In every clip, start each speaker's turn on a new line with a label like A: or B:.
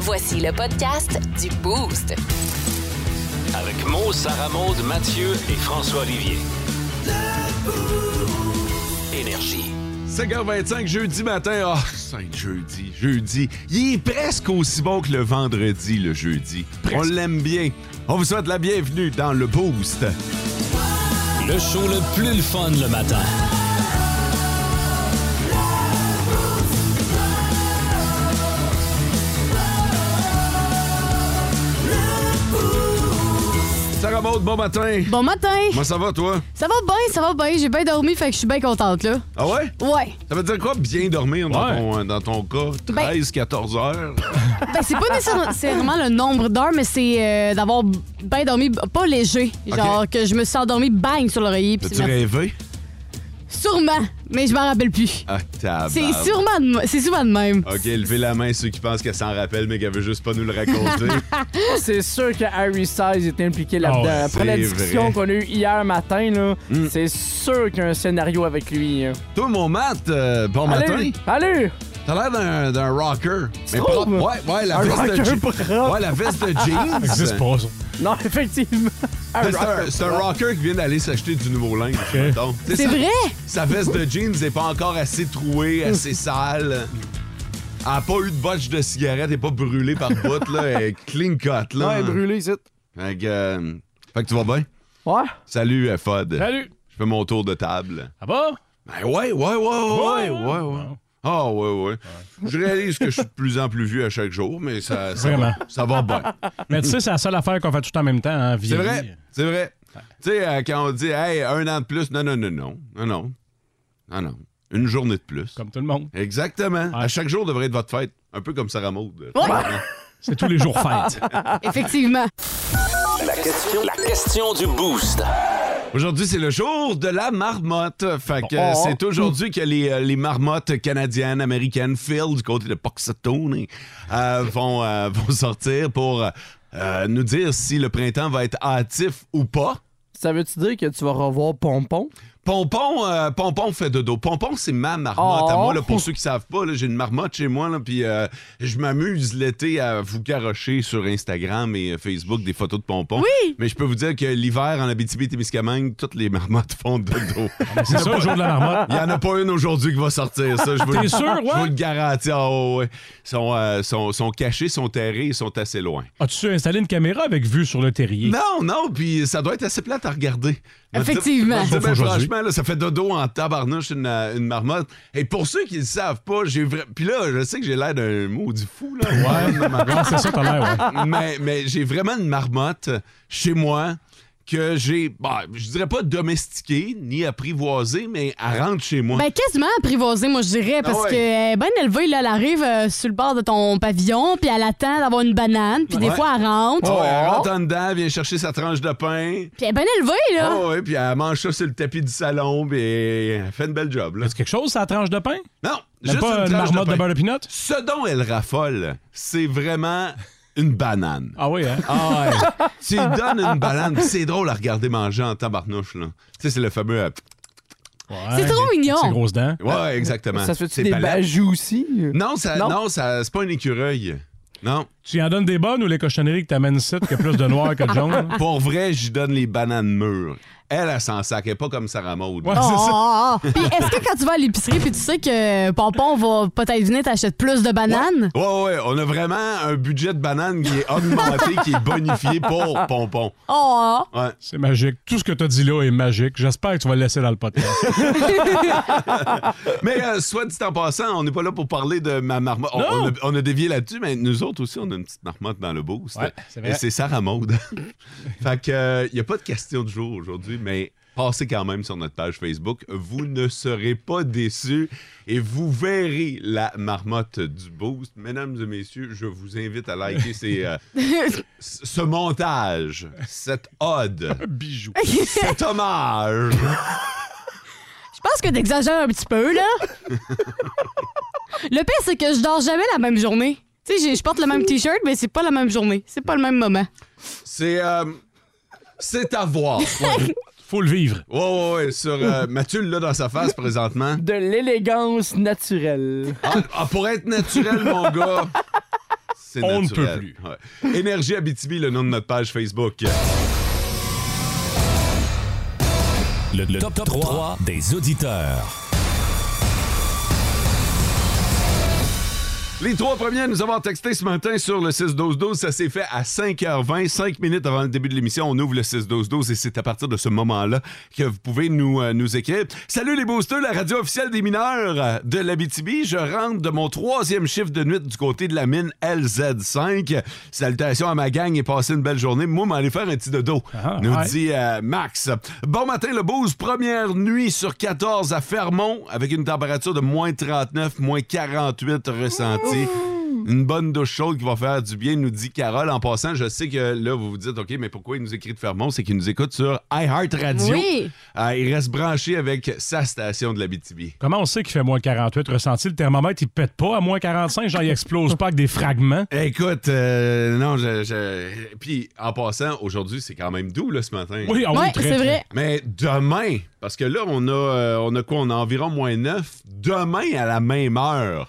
A: Voici le podcast du Boost.
B: Avec Mo, Sarah Maud, Mathieu et François Olivier. Énergie.
C: 5h25, jeudi matin. Ah, Saint jeudi, jeudi. Il est presque aussi bon que le vendredi, le jeudi. On l'aime bien. On vous souhaite la bienvenue dans le Boost.
B: Le show le plus le fun le matin.
C: Sarah Maud, bon matin.
D: Bon matin!
C: Comment ça va, toi?
D: Ça va bien, ça va bien. J'ai bien dormi, fait que je suis bien contente, là.
C: Ah ouais?
D: Ouais.
C: Ça veut dire quoi, bien dormir dans,
E: Ouais.
C: ton, dans ton cas? 13, 14 heures?
D: Ben, c'est pas nécessairement le nombre d'heures, mais c'est euh, d'avoir bien dormi, b- pas léger. Genre que je me suis endormie, bang, sur l'oreiller. puis
C: T'as-tu
D: c'est la-
C: rêvé?
D: Sûrement, mais je m'en rappelle plus.
C: Ah, tabarnak.
D: C'est sûrement de m- c'est souvent de même.
C: OK, levez la main ceux qui pensent qu'elle s'en rappelle, mais qu'elle veut juste pas nous le raconter.
F: C'est sûr que Harry Styles était impliqué là-dedans.
E: Ah ouais,
F: Après la
C: c'est
F: discussion
C: vrai.
F: qu'on a eue hier matin, là,
C: Mm.
F: c'est sûr qu'il y a un scénario avec lui. hein.
C: toi, mon Matt, euh, bon matin.
F: Allez! Allez!
C: T'as l'air d'un, d'un rocker. Mais
F: trouves?
C: propre. Ouais, ouais, la
F: Un
C: veste de
F: rocker
C: jeans.
F: propre.
C: Ouais, la veste de
E: Ça n'existe
C: jeans.
E: pas, ça.
F: Non, effectivement.
D: Ah,
F: Un
C: C'est un,
F: rocker.
C: c'est un rocker qui vient d'aller s'acheter du nouveau linge. mettons. Tu sais,
D: C'est
C: sa-
D: vrai?
C: Sa veste de jeans n'est pas encore assez trouée, assez sale. Elle n'a pas eu de botche de cigarette, elle n'est pas brûlée par bout, là. Elle est clean cut, là.
F: Ouais, brûlé ici.
C: Fait que, euh, fait que tu vas bien?
F: Ouais?
C: Salut, euh, Fod.
E: Salut!
C: Je fais mon tour de table.
E: Ça va?
C: Ben ouais, ouais, ouais, ouais, ouais, ouais.
E: Bon.
C: Ah ouais, ouais. Je réalise que je suis de plus en plus vieux à chaque jour, mais ça, ça
E: Vraiment.
C: va, ça va bien.
E: Mais tu sais, c'est la seule affaire qu'on fait tout en même temps, hein,
C: C'est
E: vieillir.
C: vrai, c'est vrai. Tu sais, euh, quand on dit, hey, un an de plus, non, non, non, non, non, non, non, non. une journée de plus.
E: Comme tout le monde.
C: Exactement.
E: Ouais.
C: À chaque jour devrait être votre fête, un peu comme Sarah Maud.
D: Ouais.
E: C'est tous les jours fête.
D: Effectivement.
B: La question, la question du boost.
C: Aujourd'hui, c'est le jour de la marmotte. Fait que
F: Oh.
C: c'est aujourd'hui que les, euh, les marmottes canadiennes, américaines, Phil, du côté de Puxatone, euh, vont, euh, vont sortir pour euh, nous dire si le printemps va être hâtif ou pas.
F: Ça veut-tu dire que tu vas revoir Pompon?
C: Pompon, euh, Pompon fait dodo. Pompon, c'est ma marmotte.
F: Oh.
C: À moi, là,
E: Ah.
C: pour ceux qui savent pas, là, j'ai une marmotte chez moi, là, puis euh, je m'amuse l'été à vous garocher sur Instagram et euh, Facebook des photos de Pompon.
D: Oui!
C: Mais je peux vous dire que l'hiver, en Abitibi-Témiscamingue, toutes les marmottes font dodo.
E: C'est ça, le jour de la marmotte. Ah,
C: Il n'y en a pas une aujourd'hui qui va sortir, ça. Je vous,
E: T'es sûr,
C: Je vous
E: ouais?
C: le garantis. Ah, ouais, ouais. Ils sont, euh, sont, sont cachés, sont terrés, ils sont assez loin.
E: As-tu installé une caméra avec vue sur le terrier?
C: Non, non, puis ça doit être assez plate à regarder. Je vais te dire-
D: Effectivement.
C: je vais te dire, ben,
E: Aujourd'hui.
C: franchement, là, ça fait dodo en tabarnouche une, euh, une marmotte. Et pour ceux qui ne le savent pas, j'ai vra- Puis là, je sais que j'ai l'air d'un maudit fou, là. Ouais, ma marmotte.
E: Ah, c'est ça, t'as l'air, ouais.
C: mais, mais j'ai vraiment une marmotte chez moi que j'ai, bah, je dirais pas domestiquée ni apprivoisée, mais elle rentre chez moi.
D: Ben, quasiment apprivoisée, moi, je dirais, parce
C: Ah ouais.
D: que euh, elle est bien élevée, là, elle arrive euh, sur le bord de ton pavillon, puis elle attend d'avoir une banane, puis des
C: Ouais.
D: fois, elle rentre. Oh.
C: Ah ouais, elle rentre en dedans, elle vient chercher sa tranche de pain.
D: Puis elle est bien élevée, là.
C: Ah ouais, puis elle mange ça sur le tapis du salon, puis elle fait une belle job. Là.
E: Est-ce quelque chose, ça tranche de pain?
C: Non,
E: Même
C: juste
E: pas
C: une
E: une
C: tranche de
E: marmotte de,
C: pain.
E: beurre de pinot?
C: Ce dont elle raffole, c'est vraiment une banane.
E: Ah oui, hein?
C: Ah ouais. tu lui donnes une banane, pis c'est drôle à regarder manger en tabarnouche, là. Tu sais, c'est le fameux... euh,
E: Ouais,
D: C'est trop
E: avec
D: mignon.
E: Ses grosses dents.
C: Ouais, exactement.
F: Ça se fait-tu
C: C'est
F: des
C: palette.
F: bajous aussi?
C: Non, ça, non.
F: Non?
C: ça, c'est pas un écureuil. Non.
E: Tu y en donnes des bonnes ou les cochonneries que t'amènes ici, que plus de noir que de jaune?
C: Pour vrai, j'y donne les bananes mûres. Elle, elle s'en sac. Elle est pas comme Sarah Maud.
E: Ouais,
D: Oh,
E: c'est ça.
D: oh, oh. Puis est-ce que quand tu vas à l'épicerie puis tu sais que euh, Pompon va peut-être venir t'achètes plus de bananes?
C: Ouais, ouais, on a vraiment un budget de bananes qui est augmenté, qui est bonifié pour Pompon.
D: Oh! oh.
C: Ouais.
E: C'est magique. Tout ce que t'as dit là est magique. J'espère que tu vas le laisser dans le podcast.
C: Mais euh, soit dit en passant, on n'est pas là pour parler de ma marmotte. On,
E: Non.
C: on a, on a dévié là-dessus, mais nous autres aussi, on a une petite marmotte dans le boost.
E: Ouais, c'est vrai.
C: Et c'est Sarah Maude. fait que il n'y a pas de question du jour aujourd'hui, mais passez quand même sur notre page Facebook. Vous ne serez pas déçus et vous verrez la marmotte du boost. Mesdames et messieurs, je vous invite à liker ces, euh, c- ce montage, cette ode,
E: Bijou.
C: cet hommage.
D: Je pense que t'exagères un petit peu, là. le pire, c'est que je dors jamais la même journée. Tu sais, j'ai- je porte le même T-shirt, mais c'est pas la même journée. C'est pas le même moment.
C: C'est euh, c'est à voir.
E: Faut le vivre.
C: Ouais, ouais, ouais. Sur, euh, Mathieu l'a dans sa face présentement.
F: De l'élégance naturelle.
C: Ah, ah, pour être naturel, mon gars, C'est
E: On ne peut
C: naturel.
E: plus.
C: Ouais. Énergie Abitibi, le nom de notre page Facebook.
G: Le, le top, 3, des auditeurs.
C: Les trois premiers à nous avoir texté ce matin sur le 6-12-12, ça s'est fait à 5h20, 5 minutes avant le début de l'émission. On ouvre le 6-12-12 et c'est à partir de ce moment-là que vous pouvez nous, euh, nous écrire. Salut les boosters, la radio officielle des mineurs euh, de l'Abitibi. Je rentre de mon troisième chiffre de nuit du côté de la mine LZ5. Salutations à ma gang et passez une belle journée. Moi, m'en aller faire un petit dodo,
E: Ah,
C: nous
E: ouais.
C: dit euh, Max. Bon matin le boost, première nuit sur 14 à Fermont avec une température de moins 39, moins 48 ressentis. Une bonne douche chaude qui va faire du bien, nous dit Carole. En passant, je sais que là, vous vous dites, OK, mais pourquoi il nous écrit de Fermont? C'est qu'il nous écoute sur iHeart Radio.
D: Oui.
C: Euh, il reste branché avec sa station de la BTB.
E: Comment on sait qu'il fait moins 48 ressenti? Le thermomètre, il pète pas à moins 45, genre, il explose pas avec des fragments.
D: Hein?
C: Écoute, euh, non, je, je- Puis, en passant, aujourd'hui, c'est quand même doux, là, ce matin.
E: Oui, on
D: Ouais,
E: est très,
D: c'est
E: très-
D: vrai.
C: Mais demain, parce que là, on a, euh, on a quoi? On a environ moins 9. Demain, à la même heure,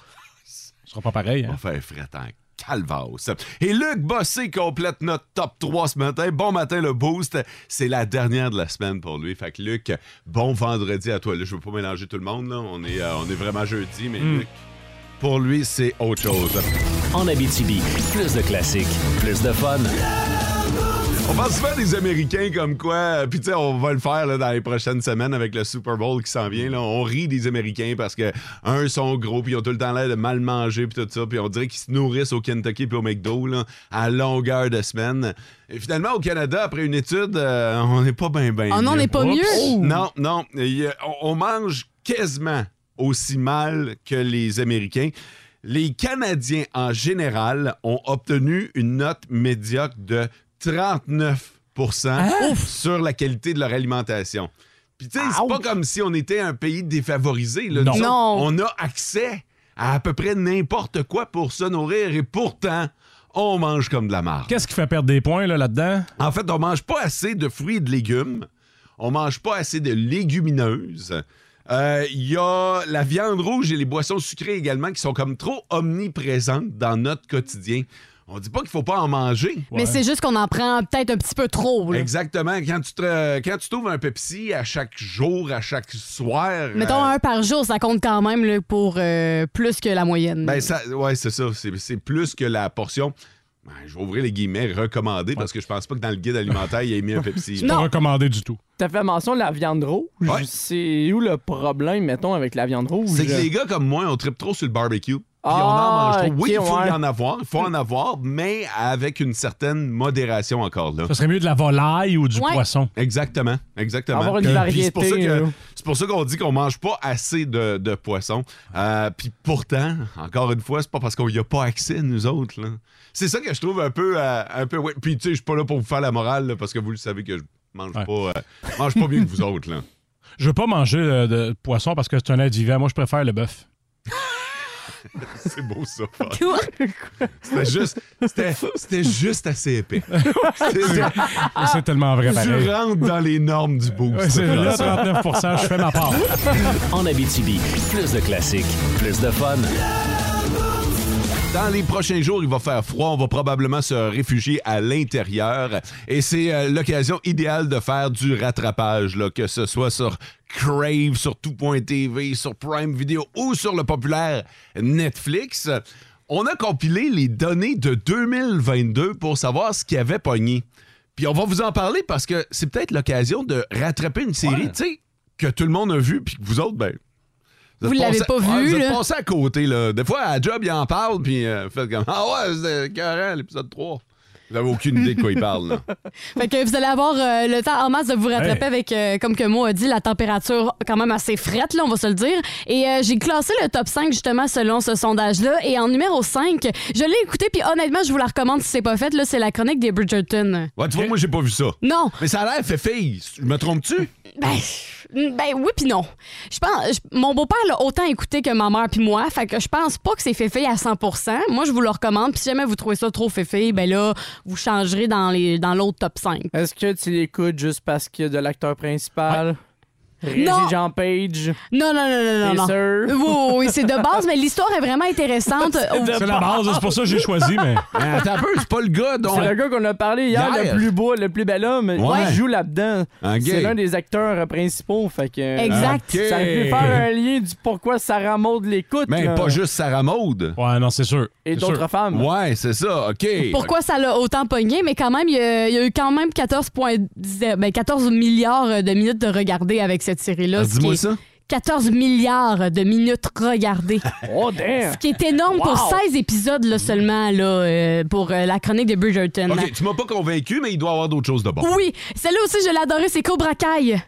E: Ce sera pas pareil.
C: on
E: hein.
C: va faire fret en calvasse. Et Luc Bossé complète notre top 3 ce matin. Bon matin, le boost. C'est la dernière de la semaine pour lui. Fait que Luc, bon vendredi à toi. Là, je veux pas mélanger tout le monde. là. On, est, euh, on est vraiment jeudi, mais
E: Hmm.
C: Luc, pour lui, c'est autre chose.
B: En Abitibi, plus de classiques, plus de fun.
C: On parle souvent des Américains comme quoi, euh, puis tu sais, on va le faire là, dans les prochaines semaines avec le Super Bowl qui s'en vient. Là, on rit des Américains parce que un sont gros, puis ils ont tout le temps l'air de mal manger, puis tout ça, puis on dirait qu'ils se nourrissent au Kentucky puis au McDo là, à longueur de semaine. Et finalement, au Canada, après une étude, euh, on n'est pas bien bien.
D: Oh non, on n'est pas
E: Oups.
D: mieux.
C: Non, non. Il y a- on, on mange quasiment aussi mal que les Américains. Les Canadiens, en général, ont obtenu une note médiocre de 39 sur la qualité de leur alimentation. Puis, tu sais, c'est pas comme si on était un pays défavorisé. là.
E: Non.
C: Nous autres,
D: Non.
C: On a accès à à peu près n'importe quoi pour se nourrir et pourtant, on mange comme de la marde.
E: Qu'est-ce qui fait perdre des points là, là-dedans?
C: En fait, on mange pas assez de fruits et de légumes. On mange pas assez de légumineuses. Euh, Il y a la viande rouge et les boissons sucrées également qui sont comme trop omniprésentes dans notre quotidien. On dit pas qu'il faut pas en manger.
E: Ouais.
D: Mais c'est juste qu'on en prend peut-être un petit peu trop. là.
C: Exactement. Quand tu, te, quand tu trouves un Pepsi à chaque jour, à chaque soir.
D: Mettons
C: euh,
D: un par jour, ça compte quand même là, pour euh, plus que la moyenne.
C: Ben, ça, ouais, c'est ça. C'est, c'est plus que la portion. ben, je vais ouvrir les guillemets recommandée parce que je pense pas que dans le guide alimentaire, il y ait mis un Pepsi.
E: Pas
D: Non.
E: recommandé du tout.
F: T'as fait mention de la viande rouge.
C: Ouais.
F: C'est où le problème, mettons, avec la viande rouge?
C: C'est que les gars comme moi, on tripe trop sur le barbecue. Puis on en
F: Ah,
C: mange trop. Oui, il
F: ok,
C: faut
F: ouais.
C: y en avoir, il faut en avoir, mais avec une certaine modération encore là.
E: Ça serait mieux de la volaille ou du
D: Ouais.
E: poisson.
C: Exactement, exactement.
F: Avoir une
C: Puis
F: variété, euh.
C: c'est pour ça que-
F: là.
C: C'est pour ça qu'on dit qu'on mange pas assez de, de poissons. Euh, Puis pourtant, encore une fois, c'est pas parce qu'on y a pas accès, nous autres. là. C'est ça que je trouve un peu... euh, un peu ouais. Puis tu sais, je suis pas là pour vous faire la morale, là, parce que vous le savez que je mange
E: Ouais.
C: pas... euh, je mange pas mieux que vous autres, là.
E: Je veux pas manger euh, de poisson parce que c'est un être vivant. Moi, je préfère le bœuf.
C: C'est beau, ça. Fred.
D: Quoi?
C: C'était juste... C'était c'était juste assez épais. C'était-
E: C'est tellement vrai,
C: Tu
E: pareil.
C: rentres dans les normes du
E: Ouais,
C: boost.
E: C'est là, 39 je fais ma part.
B: En Abitibi, plus de classiques, plus de fun.
C: Dans les prochains jours, il va faire froid. On va probablement se réfugier à l'intérieur. Et c'est euh, l'occasion idéale de faire du rattrapage, là, que ce soit sur Crave, sur Tout.tv, sur Prime Video ou sur le populaire Netflix. On a compilé les données de 2022 pour savoir ce qui avait pogné. Puis on va vous en parler parce que c'est peut-être l'occasion de rattraper une série, tu sais, que tout le monde a vue, puis que vous autres, ben,
D: Vous
C: êtes
D: l'avez
C: passés-
D: pas
C: ouais,
D: vu,
C: vous êtes
D: là.
C: passés à côté, là. Des fois, à job, ils en parlent, puis euh, faites comme Ah ouais, c'est carré, l'épisode 3. Vous n'avez aucune idée de quoi ils parlent, là.
D: Fait que vous allez avoir euh, le temps en masse de vous rattraper
E: Hey.
D: avec, euh, comme que moi a dit, la température quand même assez frette, là, on va se le dire. Et euh, j'ai classé le top 5 justement selon ce sondage-là. Et en numéro 5, je l'ai écouté, puis honnêtement, je vous la recommande si c'est pas fait, là, c'est la chronique des Bridgerton.
C: Ouais, tu vois, moi, j'ai pas vu ça.
D: Non,
C: Mais ça a l'air fait fille. Je me trompe-tu?
D: ben, ben oui puis non. Je pense, je- mon beau-père l'a autant écouté que ma mère puis moi, fait que je pense pas que c'est féfé à 100%. Moi, je vous le recommande, puis si jamais vous trouvez ça trop féfé, ben là, vous changerez dans les dans l'autre top 5.
F: Est-ce que tu l'écoutes juste parce qu'il y a de l'acteur principal? Régis
D: Non.
F: Jean Page.
D: Non, non, non, non, non.
F: T'es
D: non. Oui, oui, oui, c'est de base, mais l'histoire est vraiment intéressante. Oh,
E: C'est la base, c'est pour ça que j'ai choisi, mais.
H: Ah, Attends un peu, c'est pas le gars dont.
F: C'est le gars qu'on a parlé hier,
H: Hier.
F: le plus beau, le plus bel homme.
H: Ouais.
F: Il joue là-dedans.
H: Ok.
F: C'est l'un des acteurs euh, principaux. Fait que,
E: Ah,
D: Exact.
H: Ok.
F: Ça aurait pu faire un lien du pourquoi Sarah Maud l'écoute.
E: Ben,
H: Mais
F: là,
H: pas juste Sarah Maud.
E: euh, Ouais, non, c'est sûr.
F: Et
E: C'est sûr.
F: d'autres femmes.
H: Ouais, c'est ça, OK.
D: Pourquoi ça l'a autant pogné, mais quand même, il y a, il y a eu quand même 14, point- dix- ben, 14 milliards de minutes de regarder avec cette série-là.
H: Ah,
D: ce qui
H: Dis-moi
D: est-
H: ça.
D: 14 milliards de minutes regardées.
F: Oh, damn!
D: ce qui est énorme pour
F: Wow.
D: 16 épisodes là, seulement là, euh, pour euh, la chronique de Bridgerton.
C: OK, tu m'as pas convaincu, mais il doit y avoir d'autres choses de bon.
D: Oui, celle-là aussi, je l'ai adorée, c'est Cobra Kai.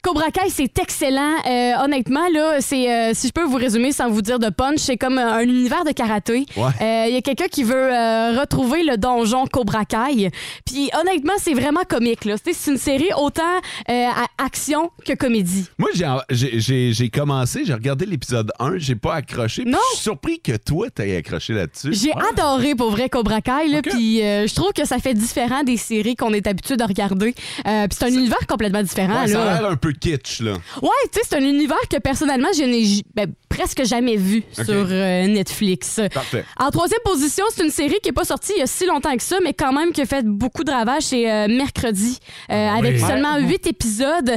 D: Cobra Kai, c'est excellent. Euh, honnêtement, là, c'est euh, si je peux vous résumer sans vous dire de punch, c'est comme un univers de karaté.
C: Ouais.
D: Euh, Il y a quelqu'un qui veut euh, retrouver le donjon Cobra Kai. Puis honnêtement, c'est vraiment comique. Là. C'est c'est une série autant euh, à action que comédie.
C: Moi, j'ai- j'ai- j'ai j'ai commencé, j'ai regardé l'épisode 1, j'ai pas accroché. puis
D: Non.
C: Je suis surpris que toi, t'aies accroché là-dessus.
D: J'ai adoré pour vrai Cobra Kai, là, puis euh, je trouve que ça fait différent des séries qu'on est habitué de regarder. Euh, puis c'est un univers complètement différent.
C: Ouais, ça
D: hein, là.
C: a l'air un peu kitsch, là.
D: Ouais, tu sais, c'est un univers que personnellement, je n'ai ju- ben, presque jamais vu sur euh, Netflix.
C: Parfait.
D: En troisième position, c'est une série qui n'est pas sortie il y a si longtemps que ça, mais quand même qui a fait beaucoup de ravages. C'est euh, Mercredi, euh,
E: Oui.
D: avec
E: Ouais.
D: seulement huit épisodes. euh,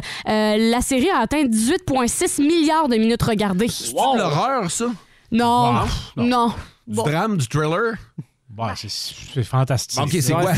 D: la série a atteint 18,6 milliards de minutes regardées.
H: C'est de l'horreur, ça?
D: Non,
E: Wow.
D: non. Bon.
H: Du drame, du thriller?
E: Ouais, c'est- c'est fantastique.
H: OK, c'est
F: Ouais.
H: quoi?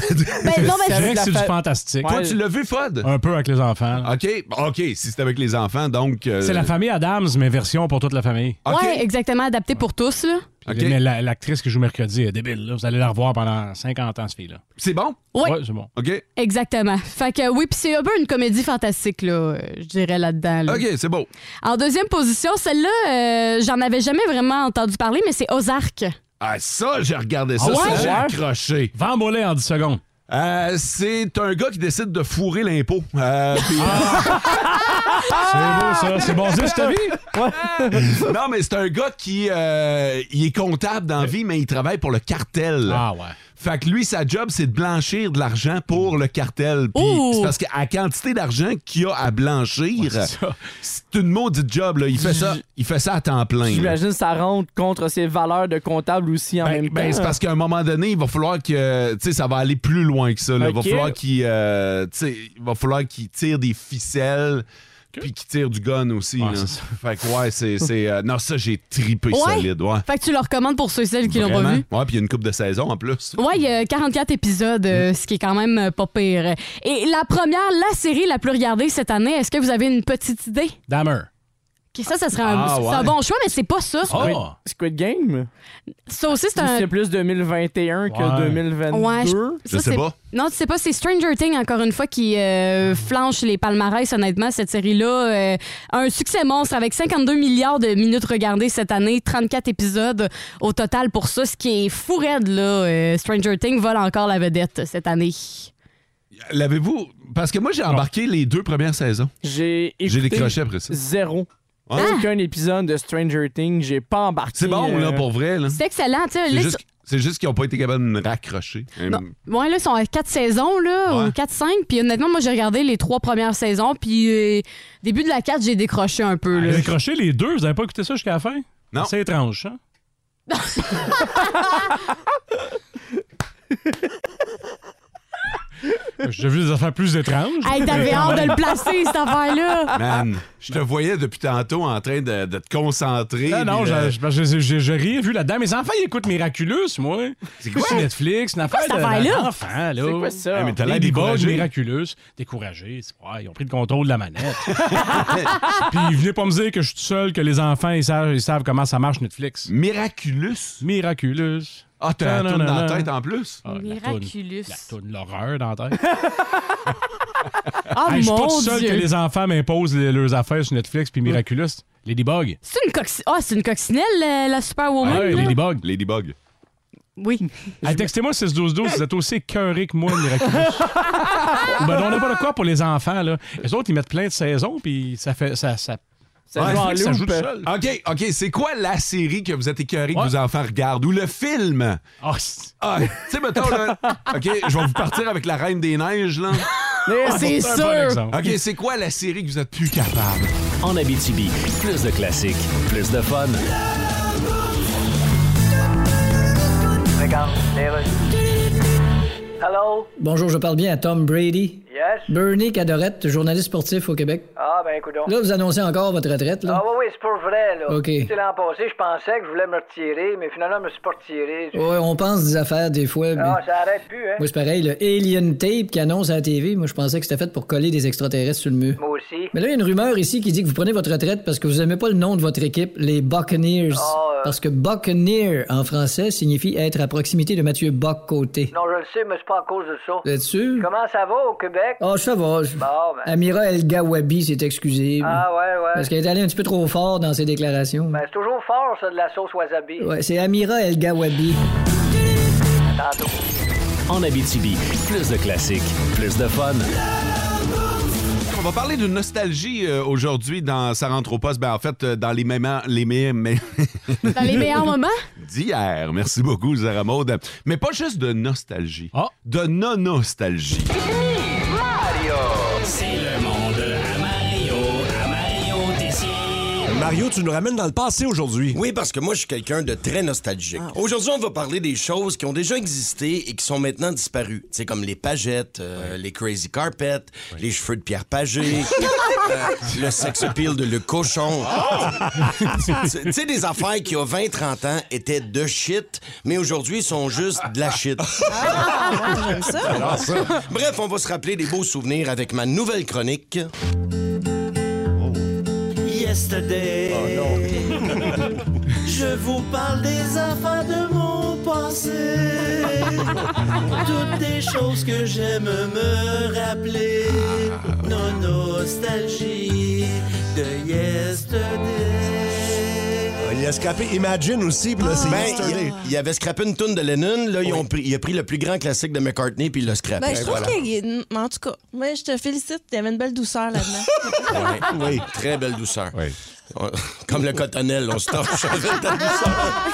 D: Ben, non, mais
E: Je dirais que
F: la
E: c'est du
F: fa-
E: fantastique.
F: Ouais.
H: Toi, tu l'as vu, Fod?
E: Un peu avec les enfants. là.
C: OK, OK, si c'est avec les enfants, donc. euh,
E: C'est la famille Adams, mais version pour toute la famille.
C: OK.
D: Ouais, exactement, adapté pour tous. Là.
C: OK.
E: Mais la- l'actrice qui joue mercredi est débile. là. Vous allez la revoir pendant 50 ans, ce fille-là.
C: C'est bon?
D: Oui.
E: Ouais, c'est bon.
C: OK.
D: Exactement. Fait que oui, puis c'est un peu une comédie fantastique, là, euh, je dirais là-dedans. là.
C: OK, c'est beau.
D: En deuxième position, celle-là, euh, j'en avais jamais vraiment entendu parler, mais c'est Ozark.
C: Ah, ça, j'ai regardé ça.
E: Ah ouais?
C: ça, j'ai
E: Ouais.
C: accroché.
E: Vambolé en 10 secondes.
C: Euh, c'est un gars qui décide de fourrer l'impôt. Euh, puis-
E: Ah. c'est beau, ça. C'est basé sur ta vie.
C: non, mais c'est un gars qui euh, il est comptable dans la vie, mais il travaille pour le cartel.
E: Ah ouais.
C: Fait que lui, sa job, c'est de blanchir de l'argent pour le cartel. Puis
D: Ouh!
C: c'est parce qu'à quantité d'argent qu'il a à blanchir,
E: C'est ça.
C: c'est une maudite job. Là. Il, fait ça, il fait ça à temps
D: Mm.
C: plein. là.
F: J'imagine que ça rentre contre ses valeurs de comptable aussi en
C: Ben,
F: même
C: ben,
F: temps.
C: c'est parce qu'à un moment donné, il va falloir que. Tu sais, ça va aller plus loin que ça. là. Il va
F: Ok.
C: falloir qu'il. euh, tu sais, il va falloir qu'il tire des ficelles. Puis qu'il tire du gun aussi.
E: Ouais,
C: là.
E: c'est ça.
C: Fait que, ouais, c'est. c'est, euh, non, ça, j'ai tripé
D: Ouais.
C: solide, ouais.
D: Fait que tu le recommandes pour ceux et celles qui l'ont pas
C: Vraiment.
D: vu.
C: Ouais, puis il y a une coupe de saison en plus.
D: Ouais, il y a 44 épisodes, euh,
C: Mm.
D: ce qui est quand même euh, pas pire. Et la première, la série la plus regardée cette année, est-ce que vous avez une petite idée?
E: Dammer.
D: Ok, ça, ça serait un,
C: Ah,
D: c'est
C: ouais. Ah.
D: un bon choix, mais c'est pas ça.
E: Oh.
F: Squid Game,
D: Ah, Ça aussi, c'est un.
F: c'est plus 2021
E: Ouais.
F: que 2022.
D: Ouais, je-
C: Je
D: ça,
C: sais
D: c'est-
C: pas.
D: Non, tu sais pas, c'est Stranger Things, encore une fois, qui euh, flanche les palmarès, honnêtement, cette série-là. euh, un succès monstre avec 52 milliards de minutes regardées cette année, 34 épisodes au total pour ça, ce qui est fou raide, là. Euh, Stranger Things vole encore la vedette cette année.
C: L'avez-vous. Parce que moi, j'ai embarqué les deux premières saisons.
F: J'ai
C: J'ai
F: écouté
C: décroché après ça.
F: zéro.
C: Ah.
F: Aucun épisode de Stranger Things, j'ai pas embarqué.
C: C'est bon, là,
F: euh,
C: pour vrai. là.
D: C'est excellent, tu sais.
C: C'est
D: là,
C: juste, c'est juste qu'ils n'ont pas été capables de me raccrocher.
D: Non. Ouais, là, ils sont à 4 saisons, là,
C: Ouais.
D: ou 4-5. Puis honnêtement, moi, j'ai regardé les trois premières saisons. Puis euh, début de la 4, j'ai décroché un peu.
E: Vous
D: Là.
E: avez Ah, décroché les deux. Vous avez pas écouté ça jusqu'à la fin?
C: Non.
E: C'est étrange, hein? J'ai vu des affaires plus étranges.
D: Hey, t'avais hâte de le placer, cette affaire-là.
C: Man, je te voyais depuis tantôt en train de, de te concentrer.
E: Ah non,
C: puis de-
E: j'ai- j'ai j'ai- j'ai- j'ai rien vu là-dedans. Mes enfants, ils écoutent Miraculous, moi. C'est quoi? Sur Netflix, une affaire
D: cette affaire-là?
E: de Ah, enfant, là. Eh,
F: C'est quoi ça?
C: Hey, mais t'as l'air
E: Ladybug,
C: découragé.
E: Miraculous, découragés. c'est- ouais, ils ont pris le contrôle de la manette. Ah, Puis venez pas me dire que je suis tout seul, que les enfants, ils savent, ils savent comment ça marche Netflix.
C: Miraculous?
E: Miraculous.
C: Ah, t'as la tourne dans la
E: Ta-na-na-na.
C: tête en plus?
E: Ah, la toune-
D: Miraculous.
E: La toune, l'horreur dans la tête.
D: Oh
E: Hey, je suis pas
D: Ah, mon
E: tout seul que
D: Dieu.
E: les enfants m'imposent les- leurs affaires sur Netflix puis Miraculous. Ladybug. Ah,
D: C'est une, cocci- ah, c'est une coccinelle, la, la Superwoman.
E: Ouais,
D: là?
E: Ladybug.
C: Ladybug.
D: Oui.
E: Hey, Textez-moi 6-12-12, vous êtes aussi écœurés que moi, Miraculous. ben, on n'a pas de quoi pour les enfants, là. Les autres, ils mettent plein de saisons, puis ça fait. Ça, ça,
F: Ça joue en
E: Netflix, ça joue
F: loop.
E: tout seul.
C: OK, OK. C'est quoi la série que vous êtes écœuré que
E: Ouais.
C: vos enfants regardent ou le film?
E: Ah, c'est-
C: Ah, tu sais, mettons, là. OK, je vais vous partir avec la Reine des Neiges, là. Ah,
F: Mais c'est
E: c'est un bon
F: sûr!
E: exemple.
C: OK, c'est quoi la série que vous êtes plus capable?
B: En Abitibi, plus de classiques, plus de fun.
I: Hello?
J: Bonjour, je parle bien à Tom Brady.
I: Yes?
J: Bernie Cadorette, journaliste sportif au Québec.
I: Ah, ben, coudonc.
J: Là, vous annoncez encore votre retraite,
I: Ah,
J: là?
I: oui, oui, c'est pour vrai, là.
J: OK.
I: Tu sais, l'an passé, je pensais que je voulais me retirer, mais finalement, je me suis pas retiré.
J: Ouais, on pense des affaires des fois, mais...
I: Ah, ça arrête plus, hein?
J: Moi, c'est pareil, le Alien Tape qui annonce à la TV, moi, je pensais que c'était fait pour coller des extraterrestres sur le mur.
I: Moi aussi.
J: Mais là, il y a une rumeur ici qui dit que vous prenez votre retraite parce que vous aimez pas le nom de votre équipe, les Buccaneers.
I: Ah, euh.
J: Parce que Buccaneer, en français, signifie être à proximité de Mathieu Bock-Côté.
I: Non, je le sais, mais c'est pas à cause de ça.
J: Vous êtes sûr?
I: Comment ça va au Québec?
J: Ah, ça va. je-
I: Bon, ben.
J: Amira El-Gawabi s'est excusée.
I: Ah, ouais, ouais.
J: Parce qu'elle est allée un petit peu trop fort dans ses déclarations.
I: Ben, c'est toujours fort, ça, de la sauce wasabi.
J: Ouais, c'est Amira El Gawabi.
I: Tantôt.
B: En Abitibi, plus de classiques, plus de fun.
C: On va parler de nostalgie euh, aujourd'hui dans Ça rentre au poste. Ben, en fait, euh, dans les mêmes... Les mêmes...
D: Dans les meilleurs moments,
C: d'hier. Merci beaucoup, Zara Maud. Mais pas juste de nostalgie,
E: Ah.
C: de non-nostalgie.
G: C'est le monde à Mario, à Mario
K: Mario, tu nous ramènes dans le passé aujourd'hui. Oui, parce que moi, je suis quelqu'un de très nostalgique. Aujourd'hui, on va parler des choses qui ont déjà existé et qui sont maintenant disparues. C'est comme les pagettes, euh, les crazy carpets, les cheveux de Pierre Pagé, euh, le sex appeal de Le Cochon. tu sais, des affaires qui, il y a 20-30 ans, étaient de shit, mais aujourd'hui, sont juste de la shit. Bref, on va se rappeler des beaux souvenirs avec ma nouvelle chronique. Yesterday. Je vous parle des affaires de mon passé. Toutes des choses que j'aime me rappeler. Nos nostalgies de yesterday. Il a scrappé Imagine aussi, puis là,
I: Ah.
K: c'est yesterday. Ben, Il avait scrappé une toune de Lennon, là, ils ont pris- il a pris le plus grand classique de McCartney, puis il l'a scrappé.
I: Ben, je trouve
K: Voilà.
I: que. En tout cas, mais je te félicite, il y avait une belle douceur là-dedans.
K: Ah Oui, Très belle douceur. On- Comme le cotonnel, on se torche avec la douceur.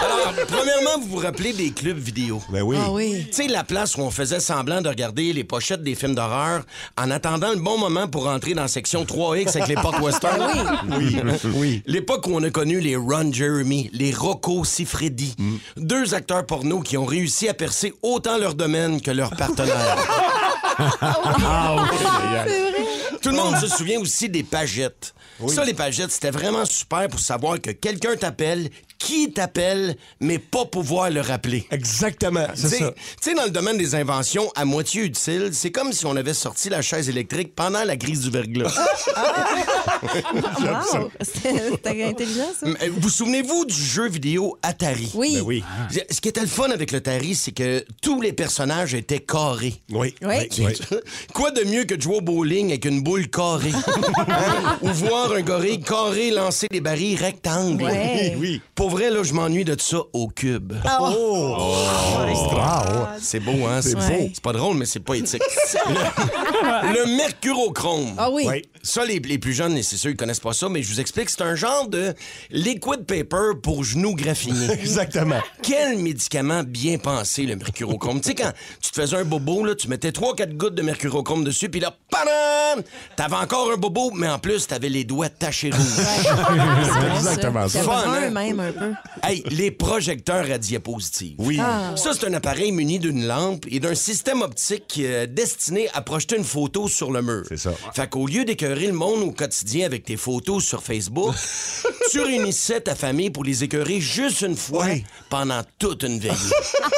K: Alors, premièrement, vous vous rappelez des clubs vidéo. Ben oui.
I: oui.
K: Tu sais, la place où on faisait semblant de regarder les pochettes des films d'horreur en attendant le bon moment pour entrer dans section 3X avec les portes western. Oui. oui. L'époque où on a connu les Ron Jeremy, les Rocco Siffredi, deux acteurs porno qui ont réussi à percer autant leur domaine que leur partenaire. Ah, Tout le monde se souvient aussi des pagettes. Ça, les pagettes, c'était vraiment super pour savoir que quelqu'un t'appelle, qui t'appelle, mais pas pouvoir le rappeler. Exactement, c'est ça. Tu sais, dans le domaine des inventions à moitié utiles, c'est comme si on avait sorti la chaise électrique pendant la crise du verglas.
I: Ah, Wow! C'était intelligent, ça.
K: Mais euh, Vous souvenez-vous du jeu vidéo Atari?
I: Oui. Ben
K: oui. Ce qui était le fun avec le Atari, c'est que tous les personnages étaient carrés. Oui.
I: Oui.
K: Quoi de mieux que de jouer au bowling avec une boule carrée? Hein? Ou voir un gorille carré lancer des barils rectangles?
I: Ouais. Oh. Oui,
K: Pour vrai, là, je m'ennuie de ça au cube. Oh. C'est beau, hein? C'est
I: beau.
K: C'est pas drôle, mais c'est pas éthique. le, le mercurochrome.
I: Ah oui.
K: Ça, les, les plus jeunes, c'est sûr, ils connaissent pas ça, mais je vous explique, c'est un genre de liquid paper pour genoux graffinés. Exactement. Quel médicament bien pensé, le mercurochrome. tu sais, quand tu te faisais un bobo, là, tu mettais 3-4 gouttes de mercurochrome dessus, puis là, padam! T'avais encore un bobo, mais en plus, t'avais les doigts tachés rouges.
I: Exactement Ah, ça.
K: Fun, hein?
I: même un peu.
K: Hey, les projecteurs à diapositive. Oui. Ça, c'est un appareil muni d'une lampe et d'un système optique euh, destiné à projeter une photo sur le mur. C'est ça. Fait qu'au lieu d'écœurer le monde au quotidien avec tes photos sur Facebook, tu réunissais ta famille pour les écœurer juste une fois pendant toute une veille.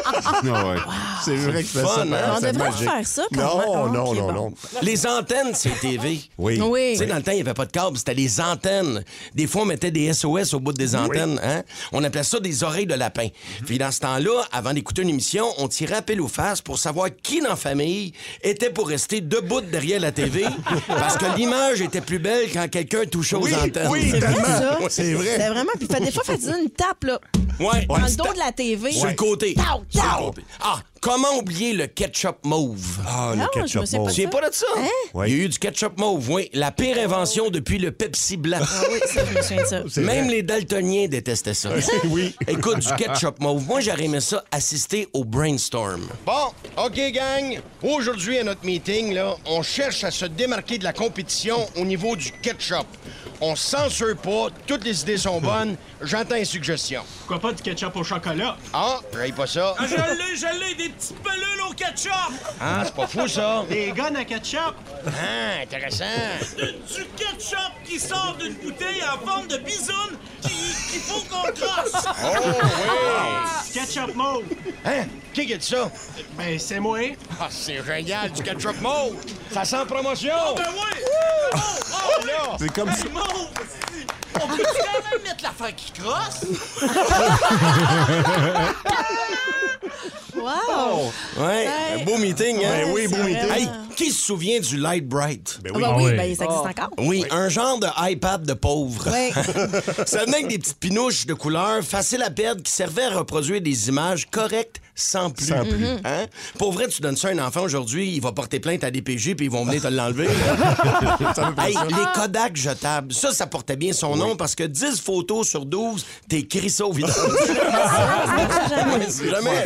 K: Ah
H: C'est vrai que
K: Fun, hein?
I: On devrait faire ça quand même. Non, non, non, non.
K: Les antennes, c'est TV. Oui.
I: Oui.
K: Tu sais, dans le temps, il n'y avait pas de câble, c'était les antennes. Des fois, on mettait des SOS au bout des antennes. Hein? On appelait ça des oreilles de lapin. Puis dans ce temps-là, avant d'écouter une émission, on tirait à pile ou face pour savoir qui dans la famille était pour rester debout derrière la TV parce que l'image était plus belle quand quelqu'un touchait aux antennes.
H: oui,
I: C'est vrai, ça.
K: Ben, C'est vrai.
I: C'était vraiment. Puis, fait- des fois, faites-y une tape, là.
K: Ouais.
I: Dans le dos de la TV.
K: Sur le côté.
I: Tao,
K: Sur le
I: tao.
K: côté. Ah, Comment oublier le ketchup mauve? Ah,
H: le Non, ketchup je me souviens pas mauve. de
K: Tu viens
H: ça.
K: pas de ça?
I: Hein?
H: Ouais.
K: Il y a eu du ketchup mauve, oui. La pire invention depuis le Pepsi blanc.
L: Ah oui, ça, je me souviens de ça. C'est
K: Même
L: vrai.
K: les daltoniens détestaient ça.
L: Oui.
K: Écoute, du ketchup mauve. Moi, j'aurais aimé ça assister au brainstorm.
M: Bon, OK, gang. Aujourd'hui, à notre meeting, là, on cherche à se démarquer de la compétition au niveau du ketchup. On censure pas, toutes les idées sont bonnes. J'entends une suggestion. Pourquoi pas du ketchup au chocolat? Ah, paye pas ça.
N: Ah, je l'ai, je l'ai, des petites pelules au ketchup!
M: Ah, c'est pas fou, ça.
N: Des guns à ketchup?
M: Ah, intéressant.
N: Du ketchup qui sort d'une bouteille en forme de bisoune qui- qu'il faut qu'on crosse!
M: Oh,
N: Ah.
M: oui.
N: Ketchup mauve!
M: Hein? Qui a dit ça?
N: Ben, c'est moi!
M: Ah, c'est génial, du ketchup mauve! Ça sent promotion!
N: Oh, ben oui! Oh, oh, oui.
M: C'est comme
N: Hey,
M: si-
N: mauve! On peut quand même mettre l'affaire qui crosse?
L: Wow!
K: Oh. Ouais,
L: Ouais.
K: beau meeting, hein?
L: Ouais, oui, beau c'est meeting. vrai.
K: Hey, qui se souvient du Light Bright?
L: oui. Ah bah oui, Ah oui. ben, ça existe
K: Ah.
L: encore.
K: Oui, un genre de iPad de pauvre.
L: Oui.
K: ça venait avec des petites pinouches de couleurs faciles à perdre qui servaient à reproduire des images correctes sans plus.
H: Sans plus. Mhm.
K: Hein? Pour vrai, tu donnes ça à un enfant aujourd'hui, il va porter plainte à DPJ puis ils vont venir te l'enlever.
H: Ça veut pas
K: hey,
H: ça.
K: les Kodak jetables, ça, ça portait bien son nom parce que 10 photos sur 12, t'écris ça au vidange. Ouais, c'est jamais.